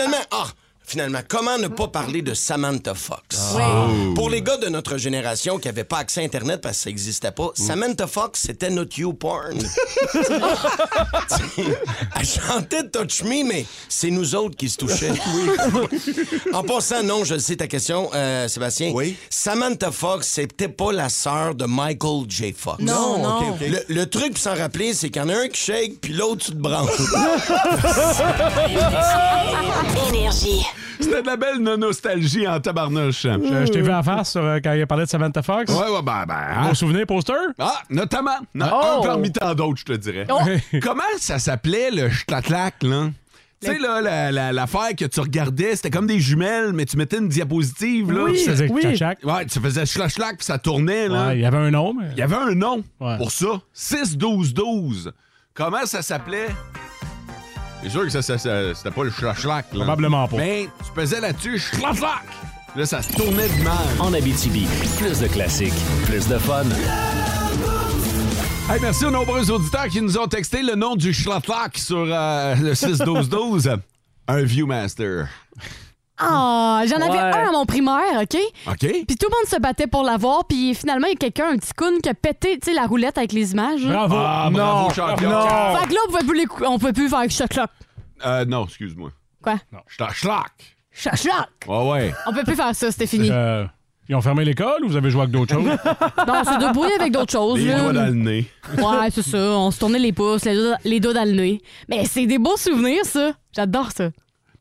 K: Finalement, ah, finalement, comment ne pas parler de Samantha Fox? Oh.
H: Ah. Oui.
K: Pour les gars de notre génération qui n'avaient pas accès à Internet parce que ça n'existait pas, Samantha Fox, c'était notre YouPorn. Elle chantait Touch Me, mais c'est nous autres qui se touchaient. en passant, non, je sais ta question, euh, Sébastien. Oui. Samantha Fox, c'était pas la sœur de Michael J. Fox.
L: Non, Non, non. ok, ok.
K: Le, le truc pour s'en rappeler, c'est qu'il y en a un qui shake, puis l'autre, tu te branches.
A: Énergie.
C: C'était de la belle nostalgie en tabarnouche.
E: Je, je t'ai vu en face sur, euh, quand il parlait de Samantha Fox.
C: Ouais, ouais, ben, ben. hein.
E: Mon souvenir poster?
C: Ah, notamment. Non,
E: Oh!
C: Un parmi tant d'autres, je te dirais.
E: Oh!
C: Comment ça s'appelait le ch'tatlac, là? Tu sais, là, la- la- l'affaire que tu regardais, c'était comme des jumelles, mais tu mettais une diapositive, là.
E: Oui,
C: tu
E: Ça faisait oui. clac-clac.
C: Ouais, tu faisais chlac-chlac, puis ça tournait, là.
E: Ouais, il y avait un nom,
C: Il y avait un nom pour ça. 6-12-12. Comment ça s'appelait? C'est sûr que ça, ça- ça- c'était pas le chlac-chlac, là.
E: Probablement pas.
C: Mais tu faisais là-dessus chlac-chlac. Là, ça se tournait de mal.
B: En Abitibi, plus de classiques, plus de fun.
C: Hey, merci aux nombreux auditeurs qui nous ont texté le nom du Schlatlac sur euh, le 6-12-12. Un Viewmaster.
D: Ah, j'en avais
C: Ouais.
D: un à mon primaire, OK?
C: OK.
D: Puis tout le monde se battait pour l'avoir, puis finalement, il y a quelqu'un, un petit coon, qui a pété, tu sais, la roulette avec les images. là.
C: Bravo. Ah, bravo,
E: Non,
C: champion.
E: non.
D: Fait que là, on pouvait plus, les cou- on pouvait plus faire choc-choc.
C: Euh, non, excuse-moi.
D: Quoi?
C: Schla- Schlac.
D: Choc-choc!
C: Ouais, ouais.
D: On peut plus faire ça, c'était fini.
E: Euh, ils ont fermé l'école ou vous avez joué avec d'autres choses?
D: Non, on se débrouillait avec d'autres choses.
E: Les
D: là.
E: doigts dans le
C: nez.
D: Ouais, c'est ça. On se tournait les pouces, les doigts, les doigts dans le nez. Mais c'est des beaux souvenirs, ça. J'adore ça.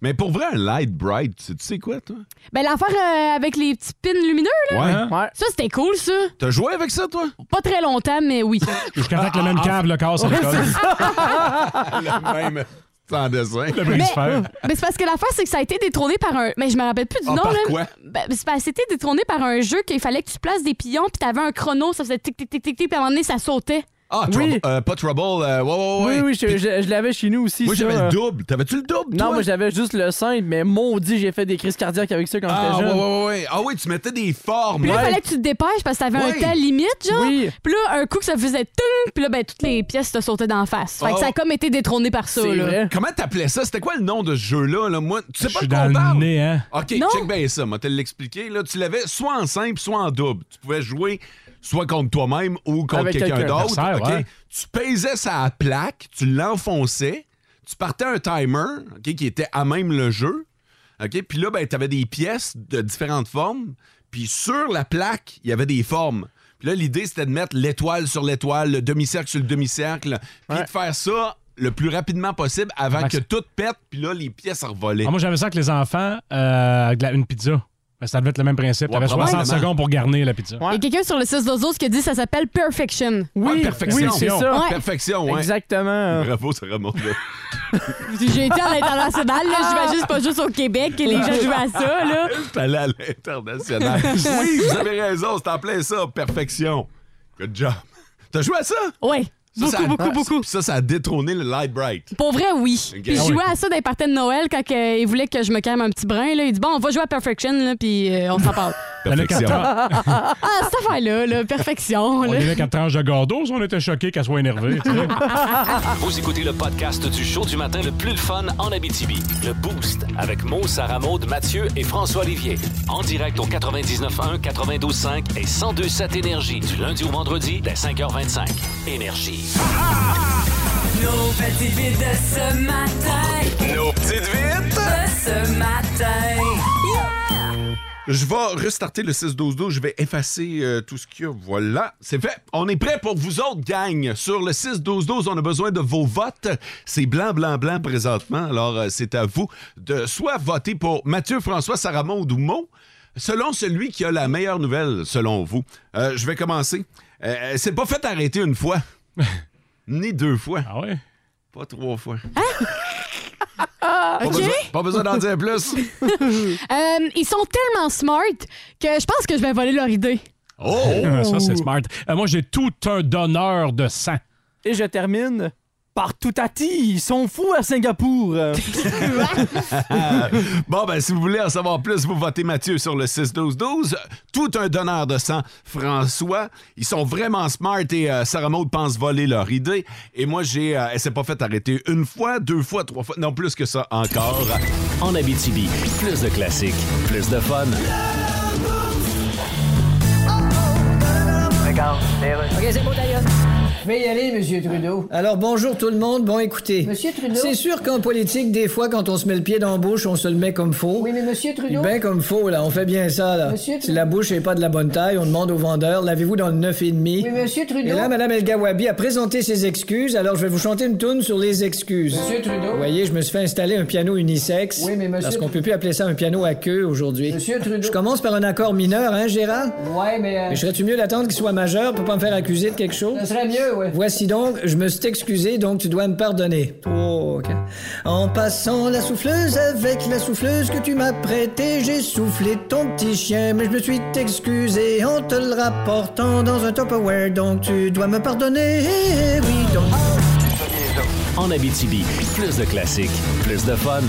C: Mais pour vrai, un Light Bright, tu sais- tu sais quoi, toi?
D: Ben, l'affaire euh, avec les petits pins lumineux, là.
C: Ouais.
D: Ça, c'était cool, ça.
C: T'as joué avec ça, toi?
D: Pas très longtemps, mais oui.
E: Jusqu'à temps que le
C: Ah,
E: même câble le casse à
D: Ouais,
E: l'école.
D: c'est ça.
C: Le même. Sans dessin. Le
E: brin de
D: Mais-
E: fer.
D: Mais c'est parce que l'affaire, c'est que ça a été détrôné par un. Mais je me rappelle plus du
C: Ah,
D: nom,
C: par
D: là.
C: quoi?
D: Ben, c'est parce que c'était détrôné par un jeu qu'il fallait que tu places des pions, puis t'avais un chrono, ça faisait tic tic tic tic, tic, puis à un moment donné, ça sautait.
C: Ah, Trouble- euh, pas Trouble. euh, ouais, ouais,
F: Oui,
C: ouais.
F: oui, je,
C: Puis-
F: je- je l'avais chez nous aussi.
C: Moi,
F: ça.
C: j'avais le double. T'avais-tu le double?
F: Non,
C: toi?
F: moi, j'avais juste le simple, mais maudit, j'ai fait des crises cardiaques avec ça quand
C: Ah,
F: j'étais
C: ouais,
F: jeune.
C: ouais, ouais. Ah, oui, tu mettais des formes.
D: Puis là, il
C: Ouais.
D: fallait que tu te dépêches parce que t'avais
C: Oui.
D: un temps limite, genre.
F: Oui.
D: Puis là, un coup que ça faisait ting, puis là, ben, toutes les pièces te sautaient d'en face. Fait que
C: Oh.
D: ça a comme été détrôné par ça, là.
C: Comment t'appelais ça? C'était quoi le nom de ce jeu-là? Là? Moi, tu sais pas
E: suis
C: de quoi on
E: dans le
C: parle?
E: nez, hein?
C: OK,
E: Non.
C: check bien ça. Moi, te l'expliquer. Là, tu l'avais soit en simple, soit en double. Tu pouvais jouer soit contre toi-même ou contre
E: Avec
C: quelqu'un
E: quelqu'un.
C: d'autre.
E: Adversaire,
C: OK?
E: ouais.
C: Tu pesais sa plaque, tu l'enfonçais, tu partais un timer OK, qui était à même le jeu. OK? Puis là, ben, tu avais des pièces de différentes formes. Puis sur la plaque, il y avait des formes. Puis là, l'idée, c'était de mettre l'étoile sur l'étoile, le demi-cercle sur le demi-cercle, puis de faire ça le plus rapidement possible avant
E: Max-
C: que tout pète, puis là, les pièces revolaient.
E: Ah, moi, j'avais ça avec les enfants, euh, avec de la- une pizza. Ben, ça devait être le même principe.
C: Ouais,
E: T'avais 60
C: probablement.
E: secondes pour garnir la pizza.
D: Il y a quelqu'un sur le 6 d'Ozos qui a dit ça s'appelle Perfection.
C: Ah, perfection.
E: c'est ça.
D: Ouais.
C: Perfection, ouais.
F: Exactement.
C: Bravo, ça remonte là.
D: J'ai été à l'international, là.
C: Ah.
D: J'imagine c'est pas juste au Québec que les gens jouent à ça, là.
C: Je suis allé à l'international. oui, vous avez raison, c'est en plein ça, perfection. Good job. T'as joué à ça?
D: Oui.
C: Ça, ça a-
D: Beaucoup, beaucoup, beaucoup.
C: Ça, ça a détrôné le Light Bright.
D: Pour vrai, oui.
C: Ok.
D: Puis
C: Ah
D: je
C: oui.
D: jouais à ça dans les parties de Noël quand euh, il voulait que je me calme un petit brin. Là. Il dit Bon, on va jouer à Perfection, là, puis euh, on s'en parle.
E: Perfection.
D: ah, cette affaire-là, là, perfection.
E: On
D: là.
E: est là qu'à tranche de gordos, on était choqués qu'elle soit énervée. tu sais.
B: Vous écoutez le podcast du show du matin le plus le fun en Abitibi. Le Boost avec Mo, Sarah Maud, Mathieu et François Olivier. En direct au 99.1, 92.5 et 102.7 Énergie du lundi au vendredi dès 5h25. Énergie.
A: Nos petites vites de ce matin. Nos petites vites de ce matin.
C: Je vais restarter le 6-12-12. Je vais effacer euh, tout ce qu'il y a. Voilà, c'est fait. On est prêt pour vous autres, gang. Sur le 6-12-12, on a besoin de vos votes. C'est blanc, blanc, blanc présentement. Alors, euh, c'est à vous de soit voter pour Mathieu, François, Sarah Maud ou Mo, selon celui qui a la meilleure nouvelle, selon vous. Euh, je vais commencer. Euh, c'est pas fait arrêter une fois, ni deux fois.
E: Ah ouais?
C: Pas trois fois.
D: Ah,
C: Pas
D: OK.
C: besoin, pas besoin d'en dire plus.
D: Euh, ils sont tellement smart que je pense que je vais voler leur idée.
E: Oh! Ça, c'est smart. Euh, moi, j'ai tout un donneur de sang.
F: Et je termine par Toutati. Ils sont fous à Singapour.
C: bon, ben, si vous voulez en savoir plus, vous votez Mathieu sur le 6-12-12. Tout un donneur de sang, François. Ils sont vraiment smart et euh, Sarah Maud pense voler leur idée. Et moi, j'ai. euh, elle s'est pas fait arrêter une fois, deux fois, trois fois. Non, plus que ça encore.
B: En Abitibi, plus de classiques, plus de fun.
J: OK, c'est bon, d'ailleurs. Je vais y aller, Monsieur Trudeau. Alors, bonjour tout le monde. Bon, écoutez. Monsieur Trudeau. C'est sûr qu'en politique, des fois, quand on se met le pied dans la bouche, on se le met comme faux. Oui, mais Monsieur Trudeau. Ben comme faux, là. On fait bien ça, là. Si la bouche n'est pas de la bonne taille, on demande au vendeur, l'avez-vous dans le 9,5? Oui, Monsieur Trudeau. Et là, Madame Elgawabi a présenté ses excuses, alors je vais vous chanter une toune sur les excuses.
O: Monsieur Trudeau.
J: Vous voyez, je me suis fait installer un piano unisexe.
O: Oui, mais monsieur-
J: Parce qu'on peut plus appeler ça un piano à queue aujourd'hui. Monsieur Trudeau. Je commence par un accord mineur, hein, Gérard?
O: Ouais, mais. euh,
J: Mais serais-tu mieux d'attendre qu'il soit majeur pour pas me faire accuser de quelque chose?
O: Ce serait mieux, ouais.
J: Voici donc, je me suis excusé, donc tu dois me pardonner. Oh, ok. En passant la souffleuse avec la souffleuse que tu m'as prêtée, j'ai soufflé ton petit chien, mais je me suis excusé en te le rapportant dans un Tupperware, donc tu dois me pardonner. Eh, Oui, donc.
B: En Abitibi, plus de classiques, plus de fun.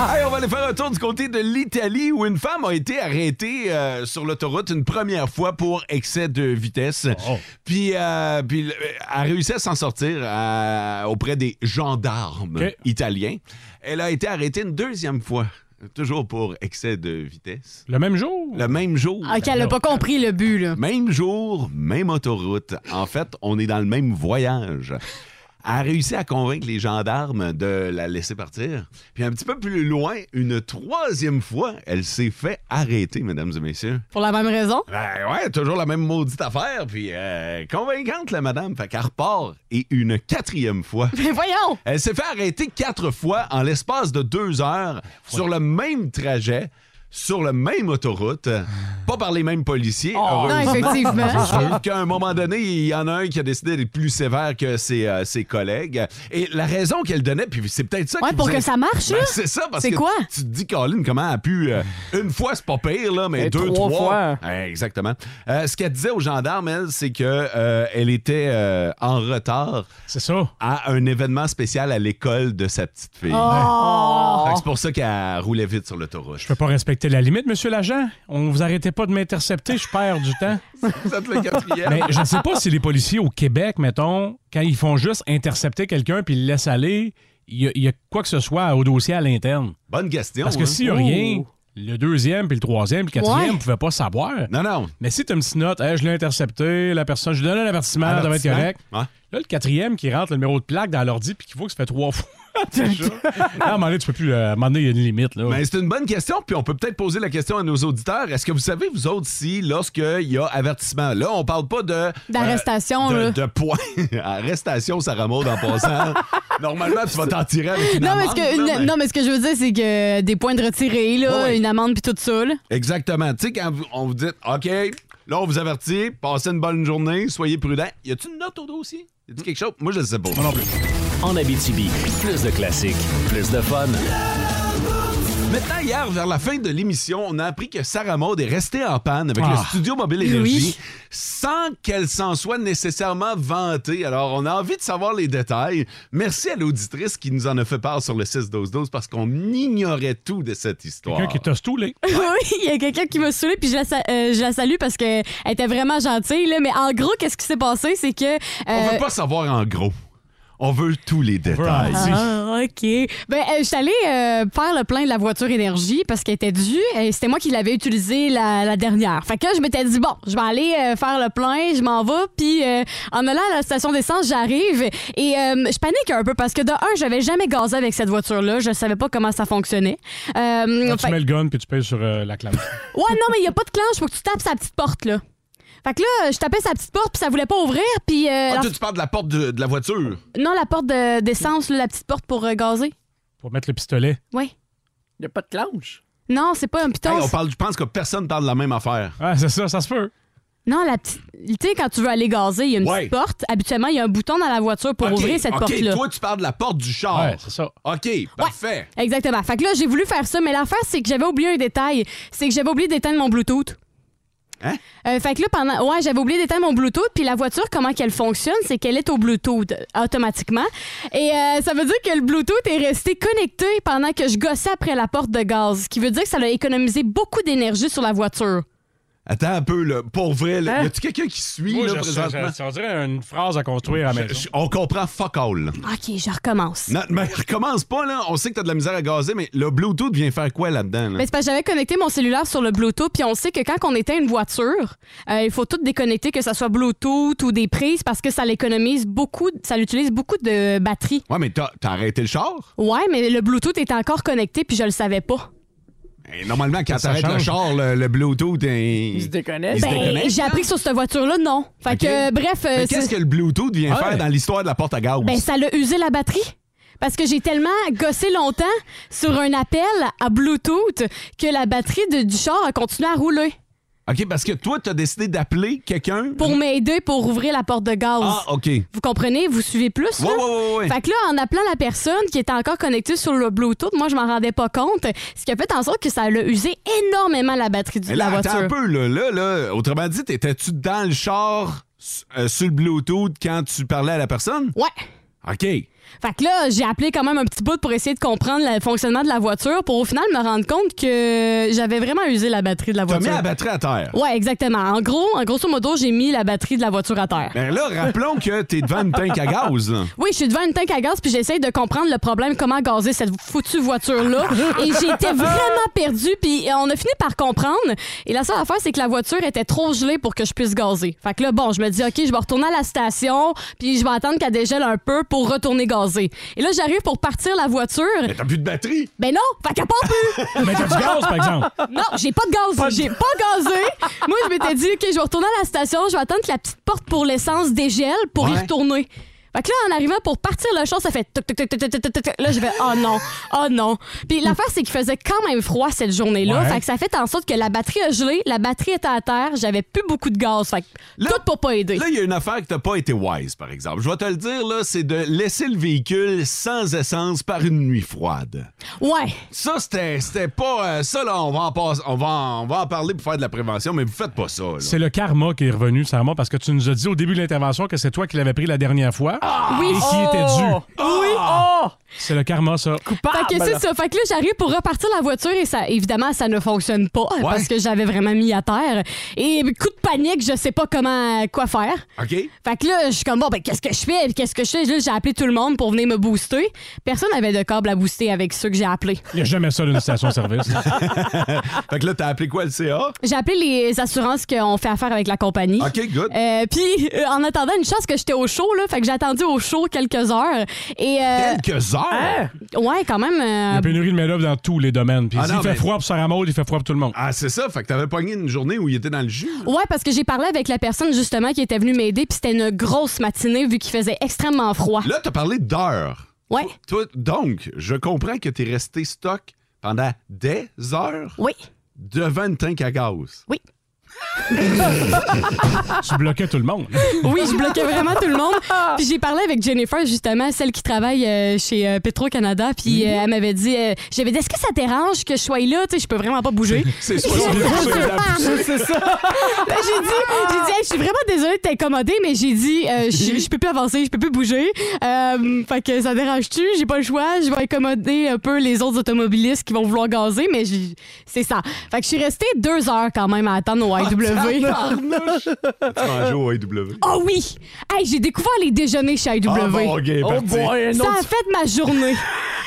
C: Hey, on va aller faire un tour du côté de l'Italie où une femme a été arrêtée euh, sur l'autoroute une première fois pour excès de vitesse.
E: Oh,
C: Puis, euh, puis le- elle a réussi à s'en sortir euh, auprès des gendarmes
E: Ok.
C: italiens. Elle a été arrêtée une deuxième fois, toujours pour excès de vitesse.
E: Le même jour? Ben
C: Le même jour.
D: Ah, OK, elle n'a pas compris le but, là.
C: Même jour, même autoroute. En fait, on est dans le même voyage. Elle a réussi à convaincre les gendarmes de la laisser partir. Puis un petit peu plus loin, une troisième fois, elle s'est fait arrêter, mesdames et messieurs.
D: Pour la même raison.
C: Ben ouais, toujours la même maudite affaire, puis euh, convaincante la madame. Fait qu'elle repart et une quatrième fois.
D: Mais voyons!
C: Elle s'est fait arrêter quatre fois en l'espace de deux heures sur le même trajet, sur la même autoroute, pas par les mêmes policiers. heureusement.
D: Oh, Non, effectivement.
C: Sauf qu'à un moment donné, il y en a un qui a décidé d'être plus sévère que ses, euh, ses collègues. Et la raison qu'elle donnait, puis c'est peut-être ça
D: Ouais,
C: qui
D: pour
C: vous
D: que
C: in-
D: ça marche, là.
C: Ben, c'est ça, parce
D: C'est
C: que
D: quoi?
C: tu te dis, Colin, comment elle a pu. euh, une fois, c'est pas pire, là, mais
E: Et
C: deux,
E: Ben, trois
C: trois.
E: fois.
C: Ouais, exactement. Euh, ce qu'elle disait aux gendarmes, elle, c'est que euh, elle était euh, en retard. À un événement spécial à l'école de sa petite fille.
E: Oh!
C: Fait que C'est pour ça qu'elle roulait vite sur l'autoroute.
E: Je peux pas respecter la limite, monsieur l'agent. On vous arrêtez pas de m'intercepter, je perds du temps. Mais je ne sais pas si les policiers au Québec, mettons, quand ils font juste intercepter quelqu'un puis le laissent aller, il y a- il y, a quoi que ce soit au dossier à l'interne.
C: Bonne question.
E: Parce que
C: hein.
E: s'il n'y a rien,
C: Oh.
E: le deuxième, puis le troisième, puis le quatrième
C: Ouais.
E: ne pouvaient pas savoir.
C: Non, non.
E: Mais si tu as une petite note, Hey, je l'ai intercepté, la personne, je lui donne un avertissement, elle doit être
C: Avertissement.
E: correct.
C: Ouais.
E: Là, le quatrième qui rentre le numéro de plaque dans l'ordi puis qui voit que ça fait trois fois. Là, à un moment donné, tu peux plus. euh, à un moment donné, il y a une limite. Là.
C: Ben, c'est une bonne question, puis on peut peut-être poser la question à nos auditeurs. Est-ce que vous savez, vous autres, si lorsqu'il y a avertissement, là, on parle pas de.
D: D'arrestation,
C: euh,
D: là.
C: de, de points. Arrestation, Sarah Maud, en passant. Normalement, tu vas t'en tirer avec une
D: Non mais, ce
C: amende,
D: que,
C: là,
D: non, mais ce que je veux dire, c'est que des points de retirée, là, une amende puis tout ça. là.
C: Exactement. Tu sais, quand vous- on vous dit, OK, là, on vous avertit, passez une bonne journée, soyez prudents. Y a-tu une note au dossier? Y a-tu quelque chose? Moi, je le sais pas.
B: En Abitibi, plus de classiques, plus de fun.
C: Maintenant, hier, vers la fin de l'émission, on a appris que Sarah Maud est restée en panne avec le
O: Ah.
C: studio Mobile
O: Oui.
C: Énergie sans qu'elle s'en soit nécessairement vantée. Alors, on a envie de savoir les détails. Merci à l'auditrice qui nous en a fait part sur le 6-12-12 parce qu'on ignorait tout de cette histoire.
E: Quelqu'un qui t'a stoulé.
D: oui, il y a quelqu'un qui m'a saoulé, puis je la, sa- euh, je la salue parce qu'elle était vraiment gentille. Là, mais en gros, qu'est-ce qui s'est passé? C'est que.
C: On
D: euh,
C: veut pas savoir en gros. On veut tous les détails.
D: Ah, OK. Ben, euh, je suis allée euh, faire le plein de la voiture énergie parce qu'elle était due et c'était moi qui l'avais utilisée la, la dernière. Fait que je m'étais dit, bon, je vais aller euh, faire le plein, je m'en vais, puis euh, en allant à la station d'essence, j'arrive et euh, je panique un peu parce que de un, j'avais jamais gazé avec cette voiture-là, je savais pas comment ça fonctionnait. Euh,
E: Quand
D: fait-
E: tu mets le gun puis tu pèses sur euh, la clamp.
D: Ouais, non, mais il n'y a pas de clenche, faut que tu tapes sa petite porte, là. Fait que là, je tapais sa petite porte, puis ça voulait pas ouvrir, puis... euh,
C: Ah,
D: la-
C: toi, tu parles de la porte de, de la voiture.
D: Non, la porte de- d'essence, là, la petite porte pour euh, gazer.
E: Pour mettre le pistolet.
D: Oui.
F: Il a pas de clenche.
D: Non, c'est pas un piton.
C: Hey, on
D: c'est-
C: parle, je pense que personne parle de la même affaire.
E: Ah, c'est ça, ça se peut.
D: Non, la petite. Tu sais, quand tu veux aller gazer, il y a une
C: Ouais.
D: petite porte. Habituellement, il y a un bouton dans la voiture pour
C: Ok,
D: ouvrir cette
C: ok,
D: porte-là.
C: Toi, tu parles de la porte du char.
E: Ouais, c'est ça.
C: OK, parfait.
D: Exactement. Fait que là, j'ai voulu faire ça, mais l'affaire, c'est que j'avais oublié un détail. C'est que j'avais oublié d'éteindre mon Bluetooth.
C: Hein?
D: Euh, fait que là, pendant. Ouais, j'avais oublié d'éteindre mon Bluetooth, puis la voiture, comment qu'elle fonctionne, c'est qu'elle est au Bluetooth euh, automatiquement. Et euh, ça veut dire que le Bluetooth est resté connecté pendant que je gossais après la porte de gaz, ce qui veut dire que ça a économisé beaucoup d'énergie sur la voiture.
C: Attends un peu, là. Pour vrai,
D: Hein?
C: là, y a-tu quelqu'un qui suit,
E: Moi,
C: là,
E: je-
C: présentement?
E: je- ça dirait une phrase à construire à la
C: Je-
E: maison.
C: je- on comprend fuck all. là.
D: OK, je recommence.
C: Non, mais recommence pas, là. On sait que t'as de la misère à gazer, mais le Bluetooth vient faire quoi là-dedans? là?
D: Ben, c'est parce que j'avais connecté mon cellulaire sur le Bluetooth, puis on sait que quand on éteint une voiture, euh, il faut tout déconnecter, que ce soit Bluetooth ou des prises, parce que ça l'économise beaucoup, ça l'utilise beaucoup de batterie.
C: Ouais, mais t'as t'as arrêté le char?
D: Ouais, mais le Bluetooth est encore connecté, puis je le savais pas.
C: Eh, normalement, quand
E: Ça
C: t'arrêtes le
E: change.
C: char, le, le Bluetooth. eh, Il se
F: déconnecte.
D: Ben, j'ai appris que sur cette voiture-là, non. Fait que, euh, bref. euh,
C: Qu'est-ce
D: c'est- Ah
C: que le Bluetooth vient
D: Ouais.
C: faire dans l'histoire de la porte à gaz?
D: Ben, ça l'a usé la batterie. Parce que j'ai tellement gossé longtemps sur un appel à Bluetooth que la batterie de- du char a continué à rouler
C: OK, parce que toi, t'as décidé d'appeler quelqu'un.
D: pour m'aider pour ouvrir la porte de gaz.
C: Ah, OK.
D: Vous comprenez? Vous suivez plus?
C: Ouais,
D: là?
C: ouais, ouais, ouais.
D: Fait que là, en appelant la personne qui était encore connectée sur le Bluetooth, moi, je m'en rendais pas compte. Ce qui a fait en sorte que ça l'a usé énormément la batterie du-
C: Mais
D: de la
C: là, attends
D: voiture.
C: un peu, là, là, là. Autrement dit, t'étais-tu dans le char s- euh, sur le Bluetooth quand tu parlais à la personne?
D: Ouais.
C: OK.
D: Fait que là, j'ai appelé quand même un petit bout pour essayer de comprendre le fonctionnement de la voiture pour au final me rendre compte que j'avais vraiment usé la batterie de la
C: T'as
D: voiture.
C: mis la batterie à terre.
D: Ouais, exactement. En gros, en grosso modo, j'ai mis la batterie de la voiture à terre.
C: Ben là, rappelons que t'es devant une tank à gaz. là.
D: Oui, je suis devant une tank à gaz puis j'essaye de comprendre le problème, comment gazer cette foutue voiture-là. et j'étais vraiment perdue puis euh, on a fini par comprendre. Et la seule affaire, c'est que la voiture était trop gelée pour que je puisse gazer. Fait que là, bon, je me dis, OK, je vais retourner à la station puis je vais attendre qu'elle dégèle un peu pour retourner gazer. Et là, j'arrive pour partir la voiture.
C: Mais t'as plus de batterie.
D: Ben non, fait qu'elle part plus.
E: Mais t'as du gaz, par exemple.
D: Non, j'ai pas de gaz. J'ai pas gazé. Moi, je m'étais dit, OK, je vais retourner à la station, je vais attendre que la petite porte pour l'essence dégèle pour y
A: Ouais.
D: retourner. Fait que là, en arrivant pour partir le char, ça fait toc, toc, toc, toc, toc, toc, toc, toc. Là, je vais, oh non, oh non. Puis l'affaire, c'est qu'il faisait quand même froid cette journée-là.
C: Ouais.
D: Fait que ça fait en sorte que la batterie a gelé, la batterie était à terre, j'avais plus beaucoup de gaz. Fait que tout pour pas aider.
C: Là, il y a une affaire que t'as pas été wise, par exemple. Je vais te le dire, là, c'est de laisser le véhicule sans essence par une nuit froide.
D: Ouais.
C: Ça, c'était c'était pas. euh, ça, là, on va, en passe- on, va en, on va en parler pour faire de la prévention, mais vous faites pas ça, là.
E: C'est le karma qui est revenu, Sarah, parce que tu nous as dit au début de l'intervention que c'est toi qui l'avais pris la dernière fois et qui était dû.
D: Ah! Oh!
E: Ah!
D: Oui. Oh!
E: C'est le karma, ça.
D: Fait
E: ben
D: que c'est ça. Fait que là, j'arrive pour repartir la voiture et ça, évidemment, ça ne fonctionne pas
E: Ouais.
D: parce que j'avais vraiment mis à terre. Et coup de panique, je sais pas comment, quoi faire.
C: OK?
D: Fait que là, je suis comme, bon, ben, qu'est-ce que je fais? Qu'est-ce que je fais? Là, j'ai appelé tout le monde pour venir me booster. Personne n'avait de câble à booster avec ceux que j'ai appelés.
E: Il n'y a jamais ça d'une station-service.
C: fait que là, t'as appelé quoi le CA?
D: J'ai appelé les assurances qu'on fait affaire avec la compagnie.
C: OK, good.
D: Euh, Puis, euh, en attendant, une chance que j'étais au show, là. Fait que j'ai attendu au show quelques heures. Et, euh,
C: Quelques heures?
D: Ouais, quand même.
E: Il y
D: euh,
E: a pénurie de main-d'œuvre dans tous les domaines. Puis
C: Ah
E: s'il
C: non,
E: fait
C: mais-
E: froid pour Sarah Maud, il fait froid pour tout le monde.
C: Ah, c'est ça. Fait que t'avais pogné une journée où il était dans le jus.
D: Ouais, parce que j'ai parlé avec la personne justement qui était venue m'aider, puis c'était une grosse matinée vu qu'il faisait extrêmement froid.
C: Là, t'as parlé d'heures.
D: Ah. Ouais.
C: Toi, donc, je comprends que t'es resté stock pendant des heures.
D: Oui.
C: Devant une tank à gaz.
D: Oui.
E: tu bloquais tout le monde.
D: Oui, je bloquais vraiment tout le monde. Puis j'ai parlé avec Jennifer, justement, celle qui travaille euh, chez euh, Petro-Canada. Puis euh, elle m'avait dit, euh, j'avais dit, est-ce que ça dérange que je sois là? Tu sais, je peux vraiment pas bouger.
A: C'est soit la poussée ou la poussée.
D: C'est ça. Ben, j'ai dit, j'ai dit, Hey, je suis vraiment désolée de t'accommoder, mais j'ai dit, euh, je je peux plus avancer, je peux plus bouger. Euh, fait que ça dérange-tu? J'ai pas le choix. Je vais accommoder un peu les autres automobilistes qui vont vouloir gazer, mais j'ai- c'est ça. Fait que je suis restée deux heures quand même à attendre au IW.
C: Ah, Manger au IW.
D: Oh oui! Hey, j'ai découvert les déjeuners chez Oh IW.
C: Ah bon, ok, parti.
D: ça a fait ma journée.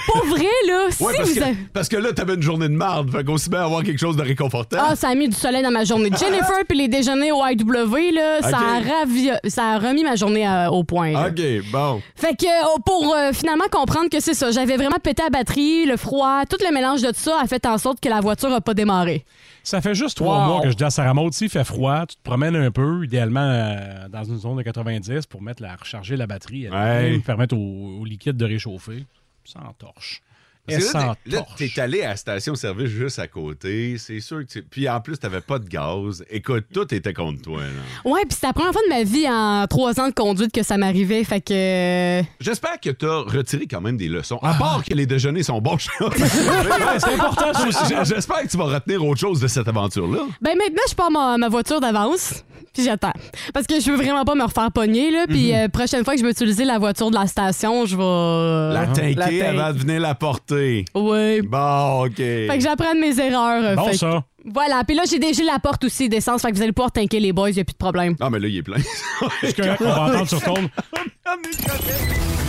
D: Pour vrai, là,
C: Ouais,
D: si
C: parce,
D: vous
C: que, Hein?
D: avez-
C: parce que là, t'avais une journée de marde. Fait qu'on s'y met à avoir quelque chose de réconfortant.
D: Ah, ça a mis du soleil dans ma journée. Jennifer puis les déjeuners au IW, là, ça, a
C: Ok.
D: ravi- ça a remis ma journée euh, au point. là.
C: OK, bon.
D: Fait que euh, pour euh, finalement comprendre que c'est ça, j'avais vraiment pété la batterie, le froid, tout le mélange de tout ça a fait en sorte que la voiture a pas démarré.
E: Ça fait juste trois
D: Wow.
E: mois que je dis à Sarah Maud, s'il fait froid, tu te promènes un peu, idéalement euh, dans une zone de 90 pour mettre la, recharger la batterie, elle-même,
C: Ouais.
E: permettre au, au liquide de réchauffer. Sans torche.
C: Parce
E: Et
C: que là,
E: sans
C: t'es- là, t'es allé à la station-service juste à côté. C'est sûr que tu... Puis en plus, t'avais pas de gaz. Écoute, tout était contre toi. là.
D: Ouais, puis c'est la première fois de ma vie en trois ans de conduite que euh, ça m'arrivait. Fait que.
C: J'espère que t'as retiré quand même des leçons. À part que les déjeuners sont bons.
D: c'est important, ça aussi.
C: J- J'espère que tu vas retenir autre chose de cette aventure-là.
D: Ben maintenant, je pars ma, ma voiture d'avance, puis j'attends. Parce que je veux vraiment pas me refaire pogner, là.
C: Mhm.
D: Puis euh, prochaine fois que je vais utiliser la voiture de la station, je vais. euh,
C: La
D: tanker.
C: tanker avant de venir la porter.
D: Oui.
C: Bon, OK.
D: Fait que j'apprends de mes erreurs. euh,
C: Bon,
D: fait que-
C: ça.
D: Voilà. Puis là, j'ai déjà la porte aussi d'essence, fait que vous allez pouvoir tanker les boys, y a plus de problème.
C: Ah, mais là, il est plein.
E: Est-ce qu'on va entendre sur ton.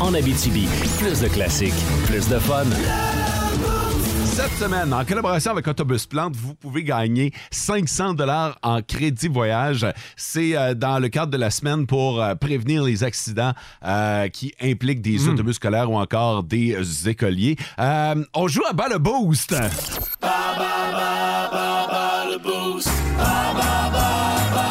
B: En Abitibi, plus de classiques, plus de fun.
C: Cette semaine, en collaboration avec Autobus Plante, vous pouvez gagner 500 dollars en crédit voyage. C'est euh, dans le cadre de la semaine pour euh, prévenir les accidents euh, qui impliquent des
D: Hmm.
C: autobus scolaires ou encore des euh, écoliers. Euh, on joue à bas le boost.
A: le boost. Ba, ba, ba, ba, ba, le boost. Ba, ba, ba, ba,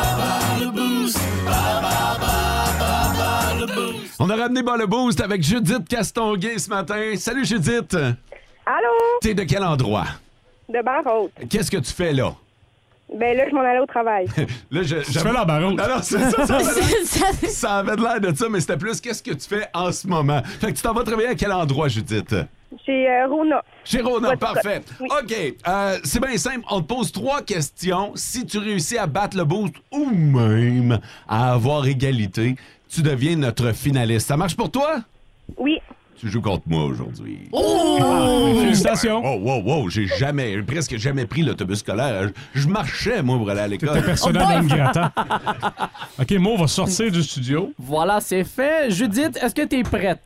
A: ba, le boost.
C: On a ramené bas le boost avec Judith Castonguay ce matin. Salut Judith.
O: Allô?
C: T'es de quel endroit?
O: De barre haute.
C: Qu'est-ce que tu fais là?
O: Ben là, je m'en allais au travail.
C: Là, je, je
E: fais la baronne.
C: Non, non, c'est ça. Ça avait, ça avait de l'air de ça, mais c'était plus qu'est-ce que tu fais en ce moment. Fait que tu t'en vas travailler à quel endroit, Judith?
O: Chez euh, Rona.
C: Chez Ronan,
O: Ouais,
C: parfait. OK, euh, c'est bien simple. On te pose trois questions. Si tu réussis à battre le boost ou même à avoir égalité, tu deviens notre finaliste. Ça marche pour toi?
O: Oui.
C: Tu joues contre moi aujourd'hui.
F: Ah,
A: Oh!
E: Ah, Félicitations!
C: Wow, wow, wow, j'ai jamais, presque jamais pris l'autobus scolaire. Je, je marchais, moi, pour aller à l'école.
E: T'es
F: Oh,
E: personnel non grata. OK, Mo va sortir du studio.
F: Voilà, c'est fait. Judith, est-ce que t'es prête?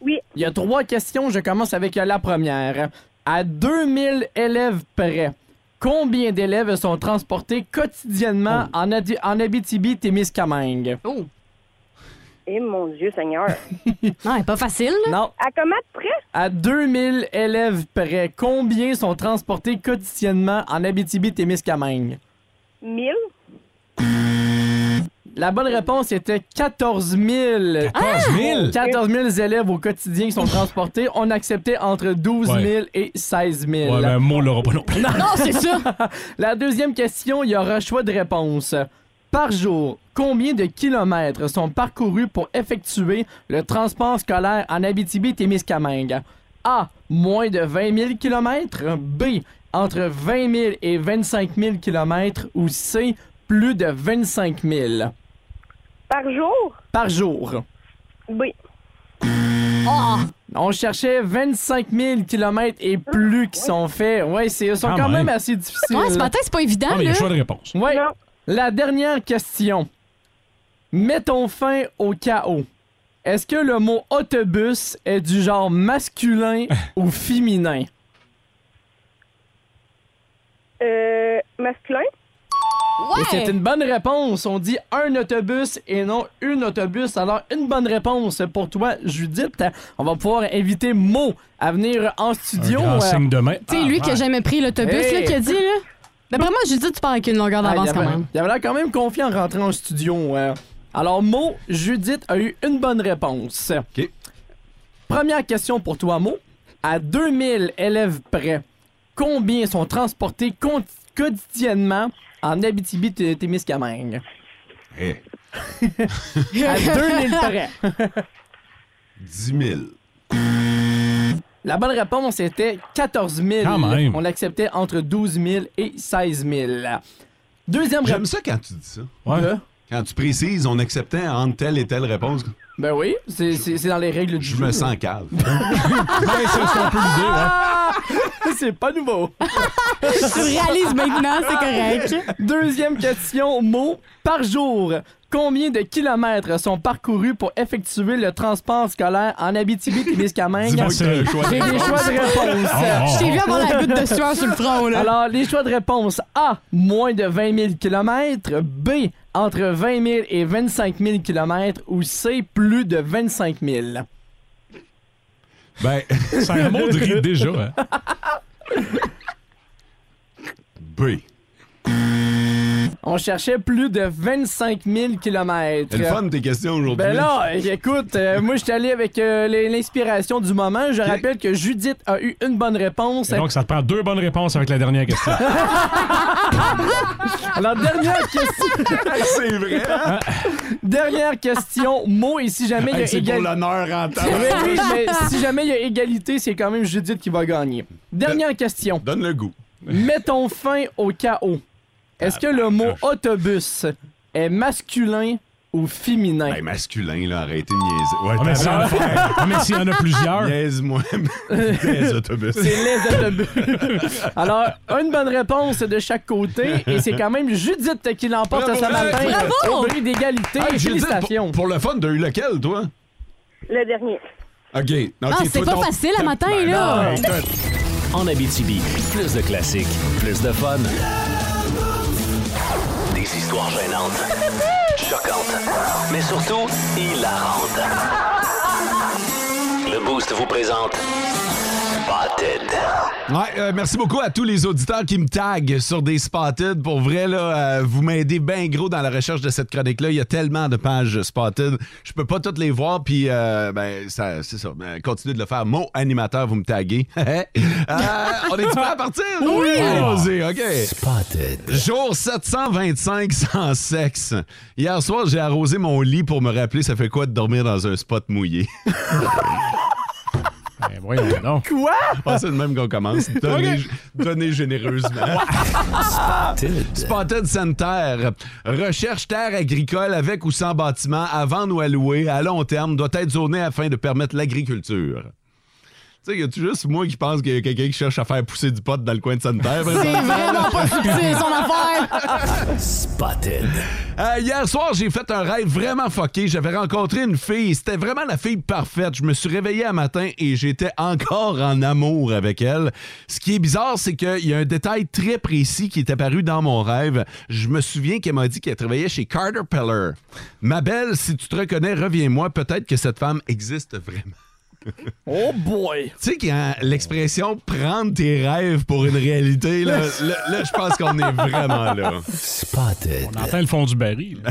O: Oui.
F: Il y a trois questions. Je commence avec la première. À 2000 élèves près, combien d'élèves sont transportés quotidiennement
C: Oh.
F: en, Adi- en Abitibi-Témiscamingue?
D: Oh!
O: Et Eh, mon Dieu Seigneur.
D: non, pas facile.
F: Non.
O: À comment de près?
F: À 2000 élèves près, combien sont transportés quotidiennement en Abitibi-Témiscamingue?
O: 1000?
F: La bonne réponse était 14 000.
E: 14 000?
F: 14 000 élèves au quotidien qui sont transportés. On acceptait entre 12 000
E: Ouais.
F: et 16 000.
E: Ouais, ben, Mo l'aura pas non plus.
F: La deuxième question, il y aura choix de réponse. Par jour, combien de kilomètres sont parcourus pour effectuer le transport scolaire en Abitibi-Témiscamingue? A. Moins de 20 000 kilomètres. B. Entre 20 000 et 25 000 kilomètres. Ou C. Plus de 25 000.
O: Par jour?
F: Par jour. Ah!
O: Oui.
F: On cherchait 25 000 kilomètres et plus qui sont faits. Oui, ils sont
E: Quand
F: quand,
E: même.
F: même. assez difficiles.
D: Ouais, ce matin, c'est pas évident,
E: Non, mais il y a
D: là.
E: choix de réponse.
F: Ouais. La dernière question. Mettons fin au chaos. Est-ce que le mot autobus est du genre masculin ou féminin?
O: Euh, masculin?
F: Et c'est une bonne réponse. On dit un autobus et non une autobus. Alors, une bonne réponse pour toi, Judith. On va pouvoir inviter Mo à venir en studio. Ah,
E: grand signe de main.
D: Tu sais, lui qui a jamais pris l'autobus, là, qui a dit, là. D'après moi, je dis, tu pars avec une longueur
C: Ah,
D: d'avance quand même.
F: Ah, Il avait l'air quand même confiant en rentrant en studio. euh. Alors, Mo, Judith a eu une bonne réponse. Première question pour toi, Mo. À 2000 élèves près, combien sont transportés con- quotidiennement en Abitibi-Témiscamingue.
C: Eh,
F: À 2000 près.
C: 10 000.
F: La bonne réponse était 14 000.
C: Quand même.
F: On l'acceptait entre 12 000 et 16 000. Deuxième
C: J'aime
F: rép-
C: ça quand tu dis ça.
F: Ouais. Ouais.
C: Quand tu précises, on acceptait entre telle et telle réponse.
F: Ben oui, c'est c'est- c'est dans les règles du
C: Je
F: jeu.
C: me sens cave.
F: C'est pas nouveau.
D: Tu réalises maintenant, c'est correct.
F: Deuxième question, mot par jour. Combien de kilomètres sont parcourus pour effectuer le transport scolaire en Abitibi-Témiscamingue?
A: Dis-moi que t'as un choix de réponse.
F: J'ai des choix de réponse.
A: Oh, oh, oh. Je t'ai vu avoir la goutte de sueur sur le front, là.
F: Alors, les choix de réponse A, moins de 20 000 km. B, entre 20 000 et 25 000 km. Ou C, plus de 25 000.
C: Ben,
E: C'est un mot de rire déjà. hein.
C: B.
F: On cherchait plus de 25 000 km.
C: C'est le fun tes questions aujourd'hui.
F: Ben là, écoute, euh, moi je suis allé avec euh, les- l'inspiration du moment. Je rappelle que Judith a eu une bonne réponse.
E: Et donc, ça te prend deux bonnes réponses avec la dernière question.
F: Alors, dernière question. Hein?
C: C'est vrai.
F: Dernière question. Mot et si jamais il y a
A: Hey, c'est pour
F: égalité.
A: l'honneur en temps.
F: oui, mais si jamais il y a égalité, c'est quand même Judith qui va gagner. Dernière question.
C: Donne le goût.
F: Mettons fin au chaos. Est-ce que le mot autobus est masculin ou féminin?
C: Ben, masculin, là, arrêtez de niaiser. Ouais,
E: Ah, mais s'il y en a-
C: t'as-
E: Ah, mais s'il y en a plusieurs.
C: Niaise-moi. Des autobus.
F: C'est les autobus. Alors, une bonne réponse de chaque côté et c'est quand même Judith qui l'emporte
C: Bravo,
F: ce matin.
C: Judith. Bravo.
F: Au prix d'égalité.
C: Hey, Judith,
F: Félicitations.
C: pour, pour le fun, t'as eu lequel, toi?
O: Le dernier.
C: OK. Ben
D: Ah, c'est pas facile à matin, là.
B: En Abitibi, plus de classiques, plus de fun. Des histoires gênantes, choquantes, mais surtout hilarantes. Le Boost vous présente Spotted.
C: Ouais, euh, merci beaucoup à tous les auditeurs qui me taguent sur des spotted. Pour vrai, là, euh, vous m'aidez bien gros dans la recherche de cette chronique-là. Il y a tellement de pages spotted. Je peux pas toutes les voir, puis euh, ben, ça, c'est ça. Ben, continuez de le faire. Mon animateur, vous me taguez. Euh,
A: Ah,
C: on est-tu prêt à partir?
A: Oui!
C: Allons-y, OK.
A: Spotted.
C: Jour 725 sans sexe. Hier soir, j'ai arrosé mon lit pour me rappeler ça fait quoi de dormir dans un spot mouillé.
E: Ben voyons donc.
F: Quoi?
C: Ah, c'est le même qu'on commence. Donnez, donnez généreusement. Spotted. Spotted Center. Recherche terre agricole avec ou sans bâtiment à vendre ou à louer à long terme doit être zonée afin de permettre l'agriculture. Tu sais, y a-tu juste moi qui pense qu'il y a quelqu'un qui cherche à faire pousser du pot dans le coin de Center?
A: C'est vraiment pas subtil, son affaire.
B: Spotted.
C: Euh, hier soir, j'ai fait un rêve vraiment fucké. J'avais rencontré une fille. C'était vraiment la fille parfaite. Je me suis réveillé un matin et j'étais encore en amour avec elle. Ce qui est bizarre, c'est qu'il y a un détail très précis qui est apparu dans mon rêve. Je me souviens qu'elle m'a dit qu'elle travaillait chez Carter Peller. Ma belle, si tu te reconnais, reviens-moi. Peut-être que cette femme existe vraiment.
F: Oh boy!
C: Tu sais, quand l'expression prendre tes rêves pour une réalité, là, là, là, je pense qu'on est vraiment là.
B: Spotted.
E: On entend le fond du baril. là.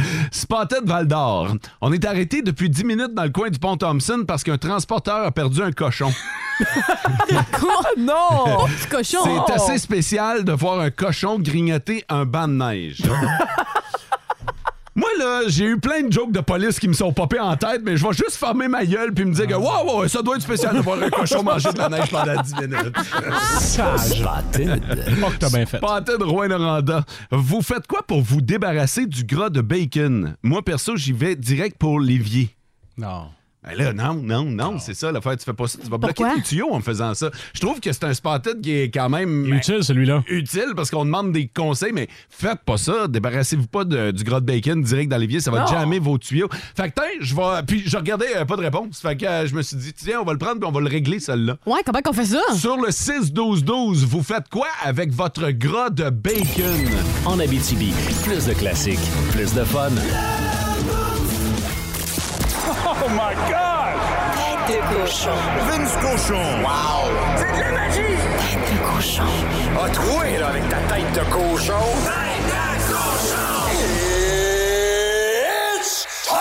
C: Spotted Val d'Or. On est arrêté depuis 10 minutes dans le coin du pont Thompson parce qu'un transporteur a perdu un cochon.
F: non!
D: Oh, petit cochon!
C: C'est assez spécial de voir un cochon grignoter un banc de neige. Moi, là, j'ai eu plein de jokes de police qui me sont popés en tête, mais je vais juste fermer ma gueule puis me dire
D: Ah.
C: que, wow, wow, ça doit être spécial de voir un cochon manger de la neige pendant 10 minutes.
E: Sage. Pas que t'as bien fait.
C: Pâté de Rouen-Noranda. Vous faites quoi pour vous débarrasser du gras de bacon? Moi, perso, j'y vais direct pour l'évier.
E: Non.
C: Ben là, non, non, non, c'est ça l'affaire. Tu fais pas ça. Tu vas bloquer tes tuyaux en faisant ça. Je trouve que c'est un spotted qui est quand même.
E: utile, celui-là.
C: Utile parce qu'on demande des conseils, mais faites pas ça. Débarrassez-vous pas de- du gras de bacon direct dans l'évier. Ça va
E: Non.
C: jamais vos tuyaux. Fait que, tiens, je vais. Puis, je regardais, euh, pas de réponse. Fait que, euh, je me suis dit, tiens, on va le prendre puis on va le régler, celle-là.
D: Ouais, comment qu'on fait ça?
C: Sur le 6-12-12, vous faites quoi avec votre gras de bacon?
B: En Abitibi, plus de classiques, plus de fun.
A: Oh my God! Tête de cochon. Vince cochon. Wow! C'est de la magie! Tête de cochon. A troué, là, avec ta tête de cochon. Tête de cochon!